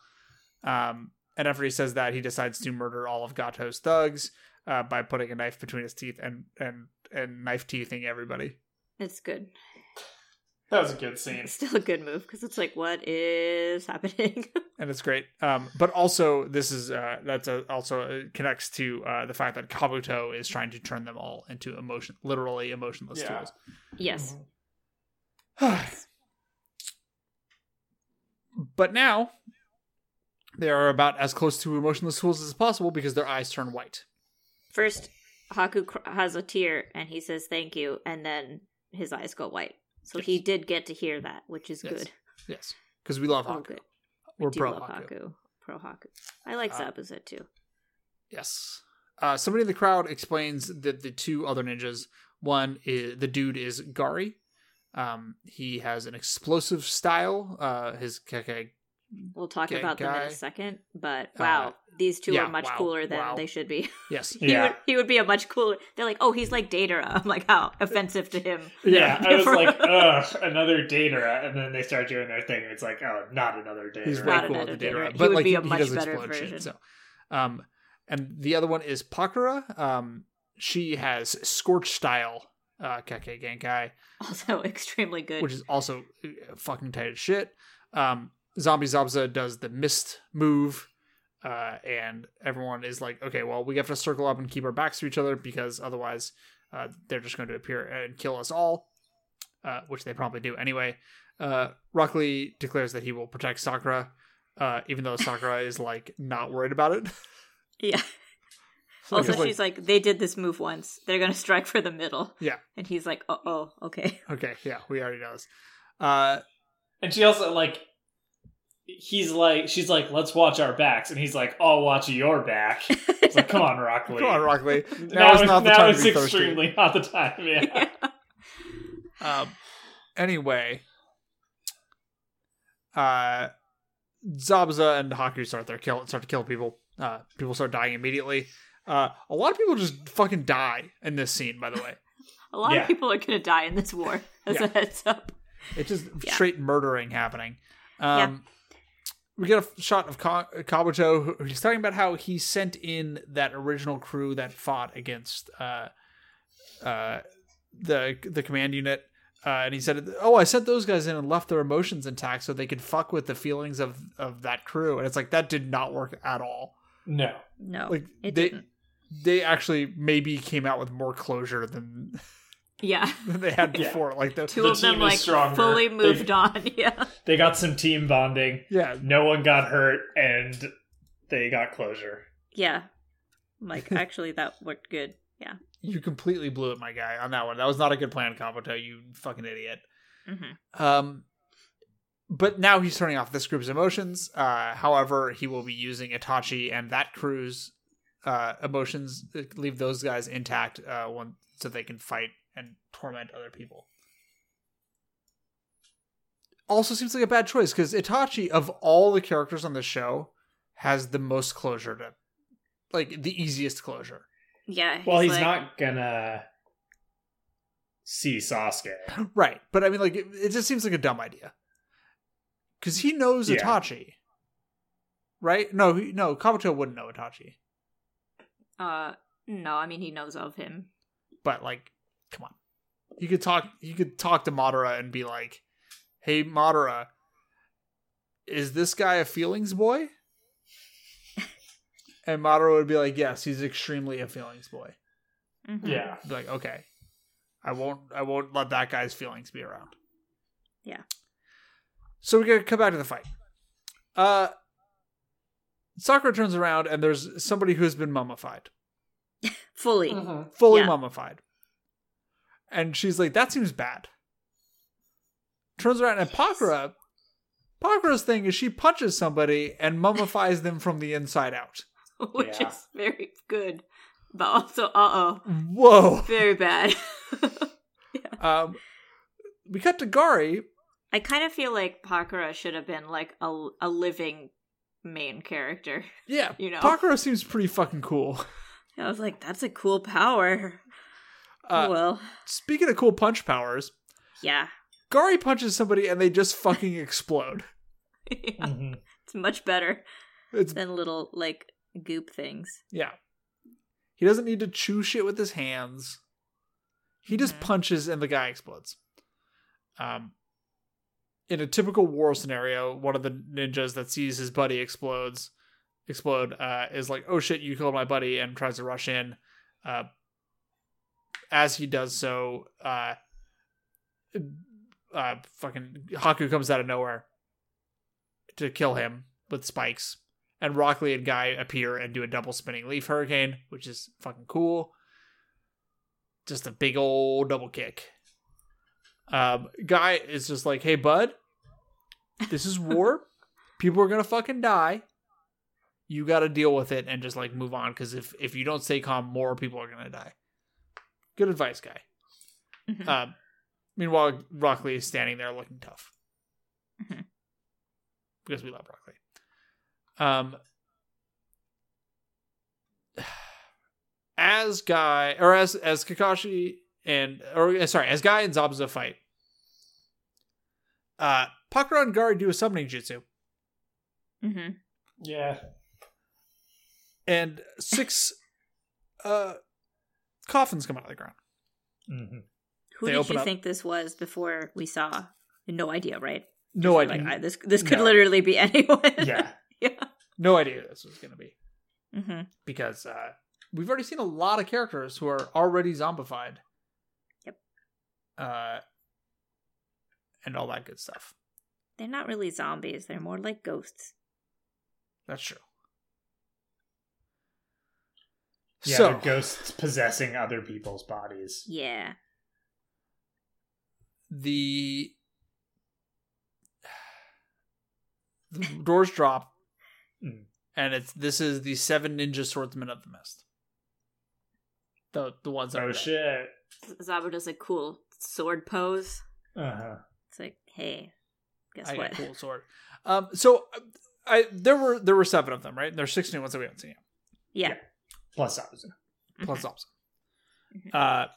Speaker 1: Um, and after he says that, he decides to murder all of Gato's thugs uh, by putting a knife between his teeth and and and knife teething everybody.
Speaker 3: It's good.
Speaker 2: That was a good scene.
Speaker 3: It's still a good move because it's like, what is happening?
Speaker 1: and it's great. Um, but also this is uh, that's a, also uh, connects to uh, the fact that Kabuto is trying to turn them all into emotion, literally emotionless
Speaker 2: Yeah.
Speaker 3: yes.
Speaker 1: Mm-hmm.
Speaker 2: Mm-hmm.
Speaker 1: tools. but now they are about as close to emotionless tools as possible because their eyes turn white.
Speaker 3: First, Haku cr- has a tear and he says thank you, and then his eyes go white. So he did get to hear that, which is
Speaker 1: Yes.
Speaker 3: good.
Speaker 1: Yes, because we love
Speaker 3: All
Speaker 1: Haku.
Speaker 3: Oh, good.
Speaker 1: We're
Speaker 3: do
Speaker 1: pro
Speaker 3: love
Speaker 1: Haku.
Speaker 3: Haku. Pro Haku. I like
Speaker 1: Uh,
Speaker 3: Zabuza too.
Speaker 1: Yes. Uh, somebody in the crowd explains that the two other ninjas, one is the dude is Gari. Um, he has an explosive style. Uh, his keke.
Speaker 3: We'll talk
Speaker 1: gay
Speaker 3: about them in
Speaker 1: guy.
Speaker 3: a second, but
Speaker 1: Uh,
Speaker 3: wow, these two
Speaker 1: yeah,
Speaker 3: are much
Speaker 1: wow,
Speaker 3: cooler than
Speaker 1: wow.
Speaker 3: they should be.
Speaker 1: Yes.
Speaker 3: he
Speaker 2: Yeah.
Speaker 3: would he would be a much cooler. They're like, oh, he's like Datara. I'm like, how offensive to him.
Speaker 2: Yeah, I was
Speaker 3: For-
Speaker 2: like, ugh, another Datara, and then they start doing their thing, and it's like, oh, not another Datara.
Speaker 1: He's way
Speaker 3: Not
Speaker 1: cool
Speaker 3: an
Speaker 1: at the
Speaker 3: editor.
Speaker 1: data,
Speaker 3: He
Speaker 1: but
Speaker 3: would
Speaker 1: like
Speaker 3: be
Speaker 1: he,
Speaker 3: a
Speaker 1: he
Speaker 3: much
Speaker 1: does
Speaker 3: better
Speaker 1: explode
Speaker 3: version.
Speaker 1: shit. So, um, and the other one is Pakura. Um, she has scorch style. Uh, keke genkai.
Speaker 3: also extremely good.
Speaker 1: which is also uh, fucking tight as shit. Um, Zombie Zabza does the mist move, uh, and everyone is like, okay, well, we have to circle up and keep our backs to each other because otherwise uh, they're just going to appear and kill us all, uh, which they probably do anyway. Uh, Rockley declares that he will protect Sakura, uh, even though Sakura is like not worried about it.
Speaker 3: yeah.
Speaker 1: Like,
Speaker 3: Also,
Speaker 1: it's like,
Speaker 3: she's like, they did this move once. They're gonna strike for the middle.
Speaker 1: Yeah.
Speaker 3: And he's like, oh, oh, okay.
Speaker 1: okay, yeah, we already know this. Uh,
Speaker 2: And she also like he's like she's like, let's watch our backs, and he's like, I'll watch your back. It's like, come on, Rockley.
Speaker 1: come on, Rockley.
Speaker 2: Now,
Speaker 1: Now is
Speaker 2: it's,
Speaker 1: not the
Speaker 2: now
Speaker 1: time to
Speaker 2: it's
Speaker 1: be thirsty.
Speaker 2: extremely not the time. Yeah.
Speaker 1: Um, anyway, uh, Zabza and Haku start their kill start to kill people. Uh, people start dying immediately. Uh, a lot of people just fucking die in this scene. By the way,
Speaker 3: A lot
Speaker 2: Yeah.
Speaker 3: of people are gonna die in this war. As
Speaker 1: Yeah.
Speaker 3: a heads up.
Speaker 1: it's just
Speaker 3: Yeah.
Speaker 1: straight murdering happening. Um, we get a shot of Ka- Kabuto. who- He's talking about how he sent in that original crew that fought against uh, uh, the the command unit, uh, and he said, "Oh, I sent those guys in and left their emotions intact so they could fuck with the feelings of of that crew." And it's like that did not work at all.
Speaker 2: No.
Speaker 3: No,
Speaker 1: Like
Speaker 3: it
Speaker 1: they
Speaker 3: didn't.
Speaker 1: they actually maybe came out with more closure than,
Speaker 3: Yeah.
Speaker 1: than they had
Speaker 2: Yeah.
Speaker 1: before. Like the
Speaker 3: Two
Speaker 2: The
Speaker 3: of them
Speaker 2: team is
Speaker 3: like
Speaker 2: stronger.
Speaker 3: fully
Speaker 2: They-
Speaker 3: moved on. Yeah.
Speaker 2: They got some team bonding.
Speaker 1: yeah,
Speaker 2: No one got hurt and they got closure.
Speaker 3: Yeah. Like actually that worked good. Yeah.
Speaker 1: you completely blew it, my guy, on that one. That was not a good plan, Kabuto. You fucking idiot.
Speaker 3: Mhm.
Speaker 1: Um, but now he's turning off this group's emotions. Uh, however, he will be using Itachi and that crew's uh, emotions, uh, leave those guys intact, uh, one, so they can fight and torment other people. Also, seems like a bad choice because Itachi, of all the characters on the show, has the most closure to, like, the easiest closure.
Speaker 3: Yeah.
Speaker 2: Well, he's
Speaker 3: like-
Speaker 2: not gonna see Sasuke.
Speaker 1: Right, but I mean, like, it, it just seems like a dumb idea because he knows
Speaker 2: Yeah.
Speaker 1: Itachi, right? No, he, no, Kabuto wouldn't know Itachi,
Speaker 3: Uh, no, I mean he knows of him.
Speaker 1: but like, come on, he could talk. He could talk to Madara and be like, "Hey, Madara, is this guy a feelings boy?" and Madara would be like, "Yes, he's extremely a feelings boy."
Speaker 3: Mhm.
Speaker 2: Yeah.
Speaker 1: Be like, okay, I won't, I won't let that guy's feelings be around.
Speaker 3: Yeah.
Speaker 1: So we gotta come back to the fight. Uh, Sakura turns around and there's somebody who has been mummified,
Speaker 3: Fully.
Speaker 1: fully
Speaker 3: Yeah.
Speaker 1: mummified, and she's like, "That seems bad." Turns around and Pakura, Pakura's thing is she punches somebody and mummifies them from the inside out.
Speaker 3: Which
Speaker 2: Yeah.
Speaker 3: is very good. But also, uh oh.
Speaker 1: Whoa.
Speaker 3: Very bad.
Speaker 1: Um, we cut to Gari
Speaker 3: I kind of feel like Pakura should have been like a, a living main character.
Speaker 1: Yeah,
Speaker 3: You know?
Speaker 1: Pakura seems pretty fucking cool.
Speaker 3: I was like, that's a cool power. Oh,
Speaker 1: Uh,
Speaker 3: well,
Speaker 1: Speaking of cool punch powers,
Speaker 3: yeah.
Speaker 1: Gari punches somebody and they just fucking explode.
Speaker 3: it's
Speaker 2: Mhm.
Speaker 3: much better
Speaker 1: It's
Speaker 3: than little like goop things.
Speaker 1: yeah. He doesn't need to chew shit with his hands. He just
Speaker 3: Mhm.
Speaker 1: punches and the guy explodes. Um, in a typical war scenario, one of the ninjas that sees his buddy explodes, explode, uh, is like, "Oh shit, you killed my buddy!" and tries to rush in. Uh, as he does so, uh, uh, fucking Haku comes out of nowhere to kill him with spikes, and Rock Lee and Guy appear and do a double spinning leaf hurricane, which is fucking cool. Just a big old double kick. Um, Guy is just like, "Hey, bud, this is war. People are gonna fucking die. You got to deal with it and just like move on. Because if if you don't stay calm, more people are gonna die." Good advice, Guy.
Speaker 3: Mhm.
Speaker 1: Um, meanwhile, Rockley is standing there looking tough.
Speaker 3: Mhm.
Speaker 1: Because we love Rockley. Um, as Guy, or as as Kakashi and, or uh, sorry, as Guy and Zabuza fight, uh, Pakura and Gari do a summoning jutsu,
Speaker 3: Mhm.
Speaker 2: Yeah.
Speaker 1: and six uh, coffins come out of the ground.
Speaker 2: hmm
Speaker 3: Who
Speaker 1: They
Speaker 3: did
Speaker 1: open
Speaker 3: you
Speaker 1: up-
Speaker 3: think this was before we saw? No idea, right?
Speaker 1: No
Speaker 3: Like
Speaker 1: idea.
Speaker 3: I, this this could
Speaker 2: No.
Speaker 3: literally be anyone.
Speaker 2: Yeah.
Speaker 3: yeah.
Speaker 1: no idea this was going to be.
Speaker 3: hmm
Speaker 1: because uh, we've already seen a lot of characters who are already zombified.
Speaker 3: Yep.
Speaker 1: Uh, and all that good stuff.
Speaker 3: They're not really zombies. They're more like ghosts.
Speaker 1: That's true.
Speaker 2: Yeah.
Speaker 1: so,
Speaker 2: they're ghosts possessing other people's bodies.
Speaker 3: Yeah.
Speaker 1: the the doors drop
Speaker 2: Mm.
Speaker 1: and it's this is the seven ninja swordsmen of the mist the the ones that
Speaker 2: Oh
Speaker 1: are dead.
Speaker 2: shit.
Speaker 3: Zabu does a cool sword pose.
Speaker 2: Uh huh.
Speaker 3: It's like, hey, guess
Speaker 1: I
Speaker 3: what?
Speaker 1: got a cool sword. Um, so uh, I there were there were seven of them, right? And there's six new ones that we haven't seen yet,
Speaker 3: Yeah.
Speaker 2: Plus Zabuza.
Speaker 3: Mm-hmm.
Speaker 1: plus Zabuza.
Speaker 3: Mhm.
Speaker 1: Uh,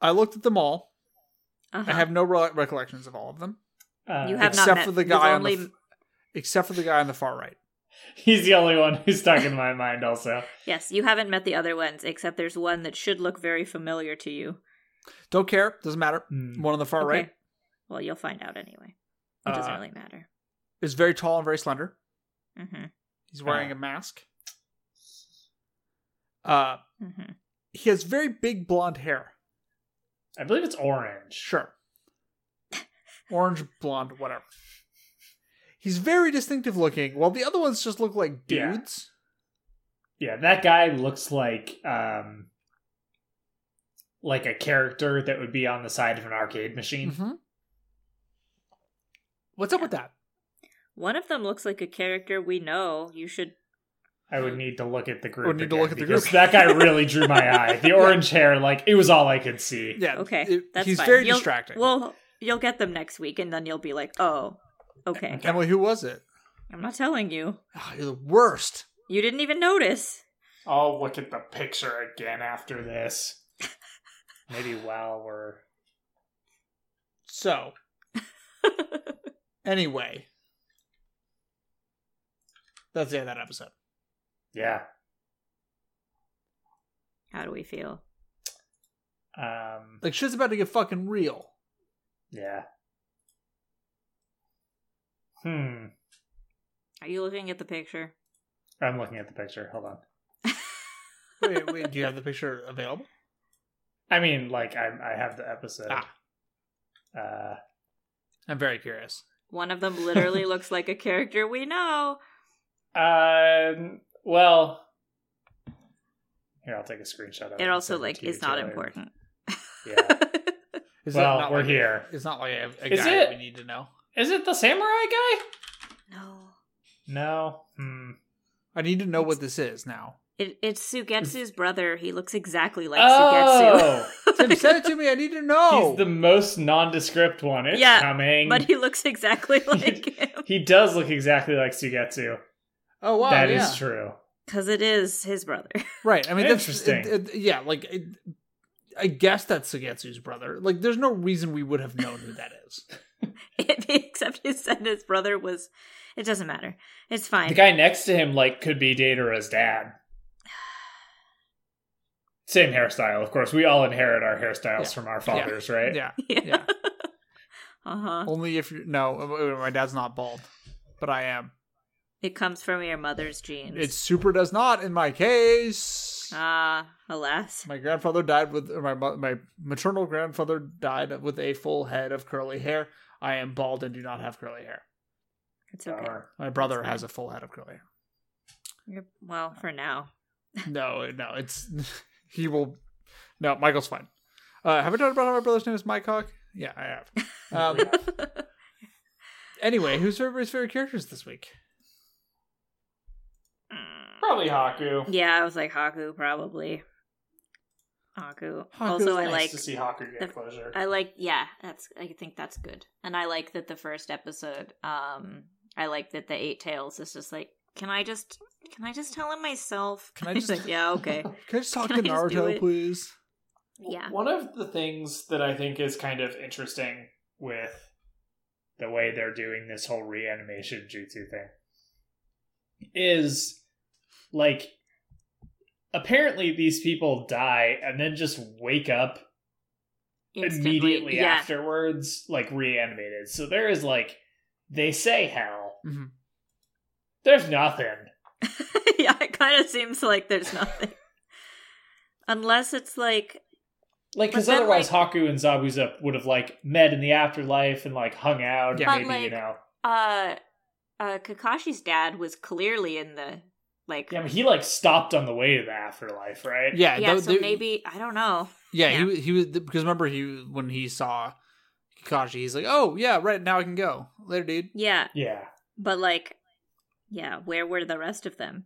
Speaker 1: I looked at them all.
Speaker 3: Uh-huh.
Speaker 1: I have no re- recollections of all of them,
Speaker 2: Uh,
Speaker 3: You have not
Speaker 1: except
Speaker 3: met-
Speaker 1: for the
Speaker 3: you've
Speaker 1: guy on
Speaker 3: only-
Speaker 1: the, f- except for the guy on the far right.
Speaker 2: He's the only one who's stuck in my mind. Also,
Speaker 3: Yes, you haven't met the other ones, except there's one that should look very familiar to you.
Speaker 1: Don't care, doesn't matter.
Speaker 2: Mm.
Speaker 1: One on the far
Speaker 3: Okay.
Speaker 1: right
Speaker 3: Well, you'll find out anyway. It doesn't
Speaker 1: Uh,
Speaker 3: really matter.
Speaker 1: is very tall and very slender.
Speaker 3: Mm-hmm.
Speaker 1: He's wearing
Speaker 2: Uh.
Speaker 1: a mask. Uh,
Speaker 3: Mm-hmm.
Speaker 1: he has very big blonde hair.
Speaker 2: I believe it's orange.
Speaker 1: Sure. Orange, blonde, whatever. He's very distinctive looking, while the other ones just look like
Speaker 2: Yeah.
Speaker 1: dudes.
Speaker 2: Yeah, that guy looks like um, like a character that would be on the side of an arcade machine.
Speaker 1: Mhm. What's up with that?
Speaker 3: One of them looks like a character we know. You should.
Speaker 2: I would need to look at the group.
Speaker 1: Would need to
Speaker 2: again
Speaker 1: look at the
Speaker 2: because
Speaker 1: group.
Speaker 2: That guy really drew my eye. The
Speaker 1: Yeah.
Speaker 2: orange hair, like it was all I could see.
Speaker 1: Yeah.
Speaker 3: Okay,
Speaker 1: it-
Speaker 3: that's
Speaker 1: he's
Speaker 3: fine.
Speaker 1: very
Speaker 3: You'll-
Speaker 1: distracting.
Speaker 3: Well, you'll get them next week, and then you'll be like, "Oh, okay."
Speaker 1: Emily, who was it?
Speaker 3: I'm not telling you.
Speaker 1: Oh, you're the worst.
Speaker 3: You didn't even notice.
Speaker 2: I'll look at the picture again after this. Maybe while we're
Speaker 1: So, anyway, that's the end of that episode.
Speaker 2: yeah.
Speaker 3: How do we feel?
Speaker 2: Um
Speaker 1: Like shit's about to get fucking real.
Speaker 2: yeah. Hmm.
Speaker 3: Are you looking at the picture?
Speaker 2: I'm looking at the picture. Hold on.
Speaker 1: Wait, wait. do you have the picture available?
Speaker 2: I mean, like I I have the episode.
Speaker 1: Ah.
Speaker 2: Uh
Speaker 1: I'm very curious.
Speaker 3: One of them literally looks like a character we know.
Speaker 2: Uh, Um. Well, here I'll take a screenshot. Of
Speaker 3: It
Speaker 1: Um,
Speaker 2: and
Speaker 3: also
Speaker 2: send
Speaker 3: like
Speaker 2: to you
Speaker 3: is not
Speaker 2: later.
Speaker 3: important.
Speaker 2: Yeah.
Speaker 1: Is that
Speaker 2: well,
Speaker 1: not
Speaker 2: we're
Speaker 1: like-
Speaker 2: here.
Speaker 1: It's not like a, a
Speaker 2: Is
Speaker 1: guy
Speaker 2: it-
Speaker 1: we need to know.
Speaker 2: Is it the samurai guy?
Speaker 3: no.
Speaker 2: No. Hmm.
Speaker 1: I need to know what this is now.
Speaker 3: It, it's Sugetsu's brother. He looks exactly like Oh.
Speaker 2: oh,
Speaker 1: Tim, send it to me. I need to know.
Speaker 2: he's the most nondescript one. It's
Speaker 3: Yeah,
Speaker 2: coming.
Speaker 3: Sugetsu, but he looks exactly like him.
Speaker 2: he does look exactly like Sugetsu.
Speaker 1: oh wow,
Speaker 2: That is
Speaker 1: yeah.
Speaker 2: true.
Speaker 3: Because it is his brother.
Speaker 1: Right. I mean,
Speaker 2: Interesting.
Speaker 1: That's, it, it- yeah, like it, I guess that's Sugetsu's brother. Like, there's no reason we would have known who that is.
Speaker 3: Except he said his brother was. It doesn't matter. It's fine.
Speaker 2: The guy next to him, like, could be Datara's dad. Same hairstyle, of course. We all inherit our hairstyles
Speaker 1: Yeah.
Speaker 2: from our fathers, right?
Speaker 1: Yeah.
Speaker 3: yeah.
Speaker 1: Yeah.
Speaker 3: Uh huh.
Speaker 1: Only if you no, uh, my dad's not bald, but I am.
Speaker 3: It comes from your mother's genes.
Speaker 1: It super does not in my case.
Speaker 3: ah, alas.
Speaker 1: My grandfather died with or my mo- my maternal grandfather died with a full head of curly hair. I am bald and do not have curly hair.
Speaker 3: It's okay.
Speaker 2: Bummer.
Speaker 1: My brother
Speaker 3: That's
Speaker 1: has a full head of curly hair.
Speaker 3: You're- well, for now.
Speaker 1: No, no, it's he will. No, Michael's fine. Uh, have I talked about how my brother's name is Mike Hawk? Yeah, I have. Um, anyway, who's everybody's favorite characters this week?
Speaker 3: Mm.
Speaker 2: Probably Haku.
Speaker 3: yeah, I was like Haku probably. Haku.
Speaker 1: Haku's
Speaker 3: Also, I
Speaker 1: nice
Speaker 3: like.
Speaker 2: see Haku
Speaker 3: get the- uh,
Speaker 2: closure.
Speaker 3: I like. Yeah, that's. I think that's good. And I like that the first episode. Um, I like that the Eight Tails is just like. Can I just? Can I just tell him myself?
Speaker 1: Can I
Speaker 3: He's
Speaker 1: just-
Speaker 3: like, yeah. Okay.
Speaker 1: Can I just talk
Speaker 3: Can
Speaker 1: to
Speaker 3: I just do
Speaker 1: Naruto,
Speaker 3: it?
Speaker 1: please?
Speaker 3: Yeah.
Speaker 2: One of the things that I think is kind of interesting with the way they're doing this whole reanimation jutsu thing is like apparently these people die and then just wake up
Speaker 3: Instantly.
Speaker 2: immediately
Speaker 3: yeah.
Speaker 2: afterwards like reanimated. So there is like they say hell.
Speaker 3: Mm-hmm.
Speaker 1: Mhm.
Speaker 2: There's nothing.
Speaker 3: yeah, it kind of seems like there's nothing. Unless it's like,
Speaker 2: Like,
Speaker 3: But
Speaker 2: because
Speaker 3: then,
Speaker 2: otherwise, Haku and Zabuza would have like met in the afterlife and like hung out.
Speaker 1: Yeah.
Speaker 2: and
Speaker 3: But,
Speaker 2: maybe you
Speaker 3: like,
Speaker 2: know.
Speaker 3: uh, uh, Kakashi's dad was clearly in the, like,
Speaker 2: Yeah, but he like stopped on the way to the afterlife, right?
Speaker 1: Yeah,
Speaker 3: yeah,
Speaker 1: tho-
Speaker 3: so
Speaker 1: they-
Speaker 3: maybe, I don't know.
Speaker 1: Yeah,
Speaker 3: Yeah.
Speaker 1: he was- he was because remember he when he saw Kakashi, he's like, "Oh yeah, right now I can go later, dude."
Speaker 3: Yeah,
Speaker 2: Yeah.
Speaker 3: but like, yeah, where were the rest of them?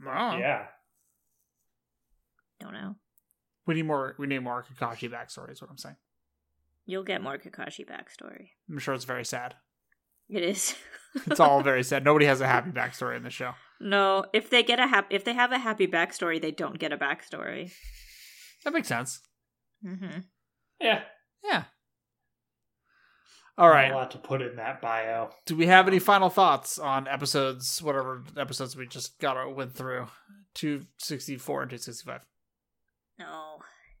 Speaker 1: Wow.
Speaker 2: Yeah.
Speaker 3: Don't know.
Speaker 1: We need more. We need more Kakashi backstory. Is what I'm saying.
Speaker 3: You'll get more Kakashi backstory.
Speaker 1: I'm sure it's very sad.
Speaker 3: It is
Speaker 1: It's all very sad. Nobody has a happy backstory in the show.
Speaker 3: no. If they get a happy, if they have a happy backstory, they don't get a backstory.
Speaker 1: That makes sense.
Speaker 3: Mm-hmm.
Speaker 2: Yeah.
Speaker 1: Yeah. All
Speaker 2: A
Speaker 1: right.
Speaker 2: lot to put in that bio.
Speaker 1: Do we have any final thoughts on episodes, whatever episodes we just got or went through, two sixty four and two sixty five?
Speaker 3: No,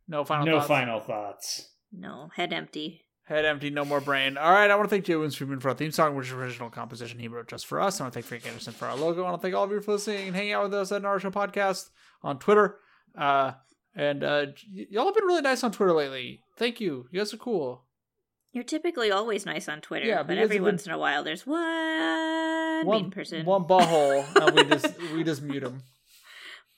Speaker 1: No final.
Speaker 2: no
Speaker 1: thoughts?
Speaker 2: final thoughts.
Speaker 3: no, head empty.
Speaker 1: Head empty, no more brain. All right, I want to thank Jay Williams Friedman for our theme song, which is an original composition he wrote just for us. I want to thank Frank Anderson for our logo. I want to thank all of you for listening and hanging out with us at Naruto Podcast on Twitter. Uh, and uh, y- y'all have been really nice on Twitter lately. Thank you. You guys are cool.
Speaker 3: You're typically always nice on Twitter,
Speaker 1: Yeah,
Speaker 3: but
Speaker 1: because
Speaker 3: every
Speaker 1: of the-
Speaker 3: once in a while there's one, mean person.
Speaker 1: one butthole, and we just we just mute him.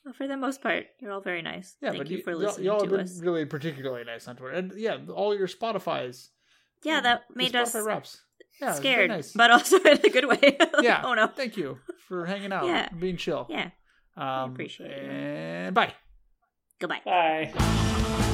Speaker 3: Well, for the most part, you're all very nice.
Speaker 1: Yeah,
Speaker 3: Thank
Speaker 1: but
Speaker 3: you for
Speaker 1: y'all-
Speaker 3: listening
Speaker 1: y'all have
Speaker 3: to
Speaker 1: been
Speaker 3: us.
Speaker 1: really particularly nice on Twitter, and yeah, all your Spotify's
Speaker 3: Yeah, that made
Speaker 1: your
Speaker 3: us
Speaker 1: Spotify wraps. Yeah, it's been
Speaker 3: scared,
Speaker 1: nice.
Speaker 3: but also in a good way. Like,
Speaker 1: Yeah.
Speaker 3: Oh no.
Speaker 1: Thank you for hanging out,
Speaker 3: Yeah.
Speaker 1: and being chill.
Speaker 3: Yeah.
Speaker 1: um,
Speaker 3: appreciate it.
Speaker 1: And bye.
Speaker 3: Goodbye.
Speaker 2: Bye.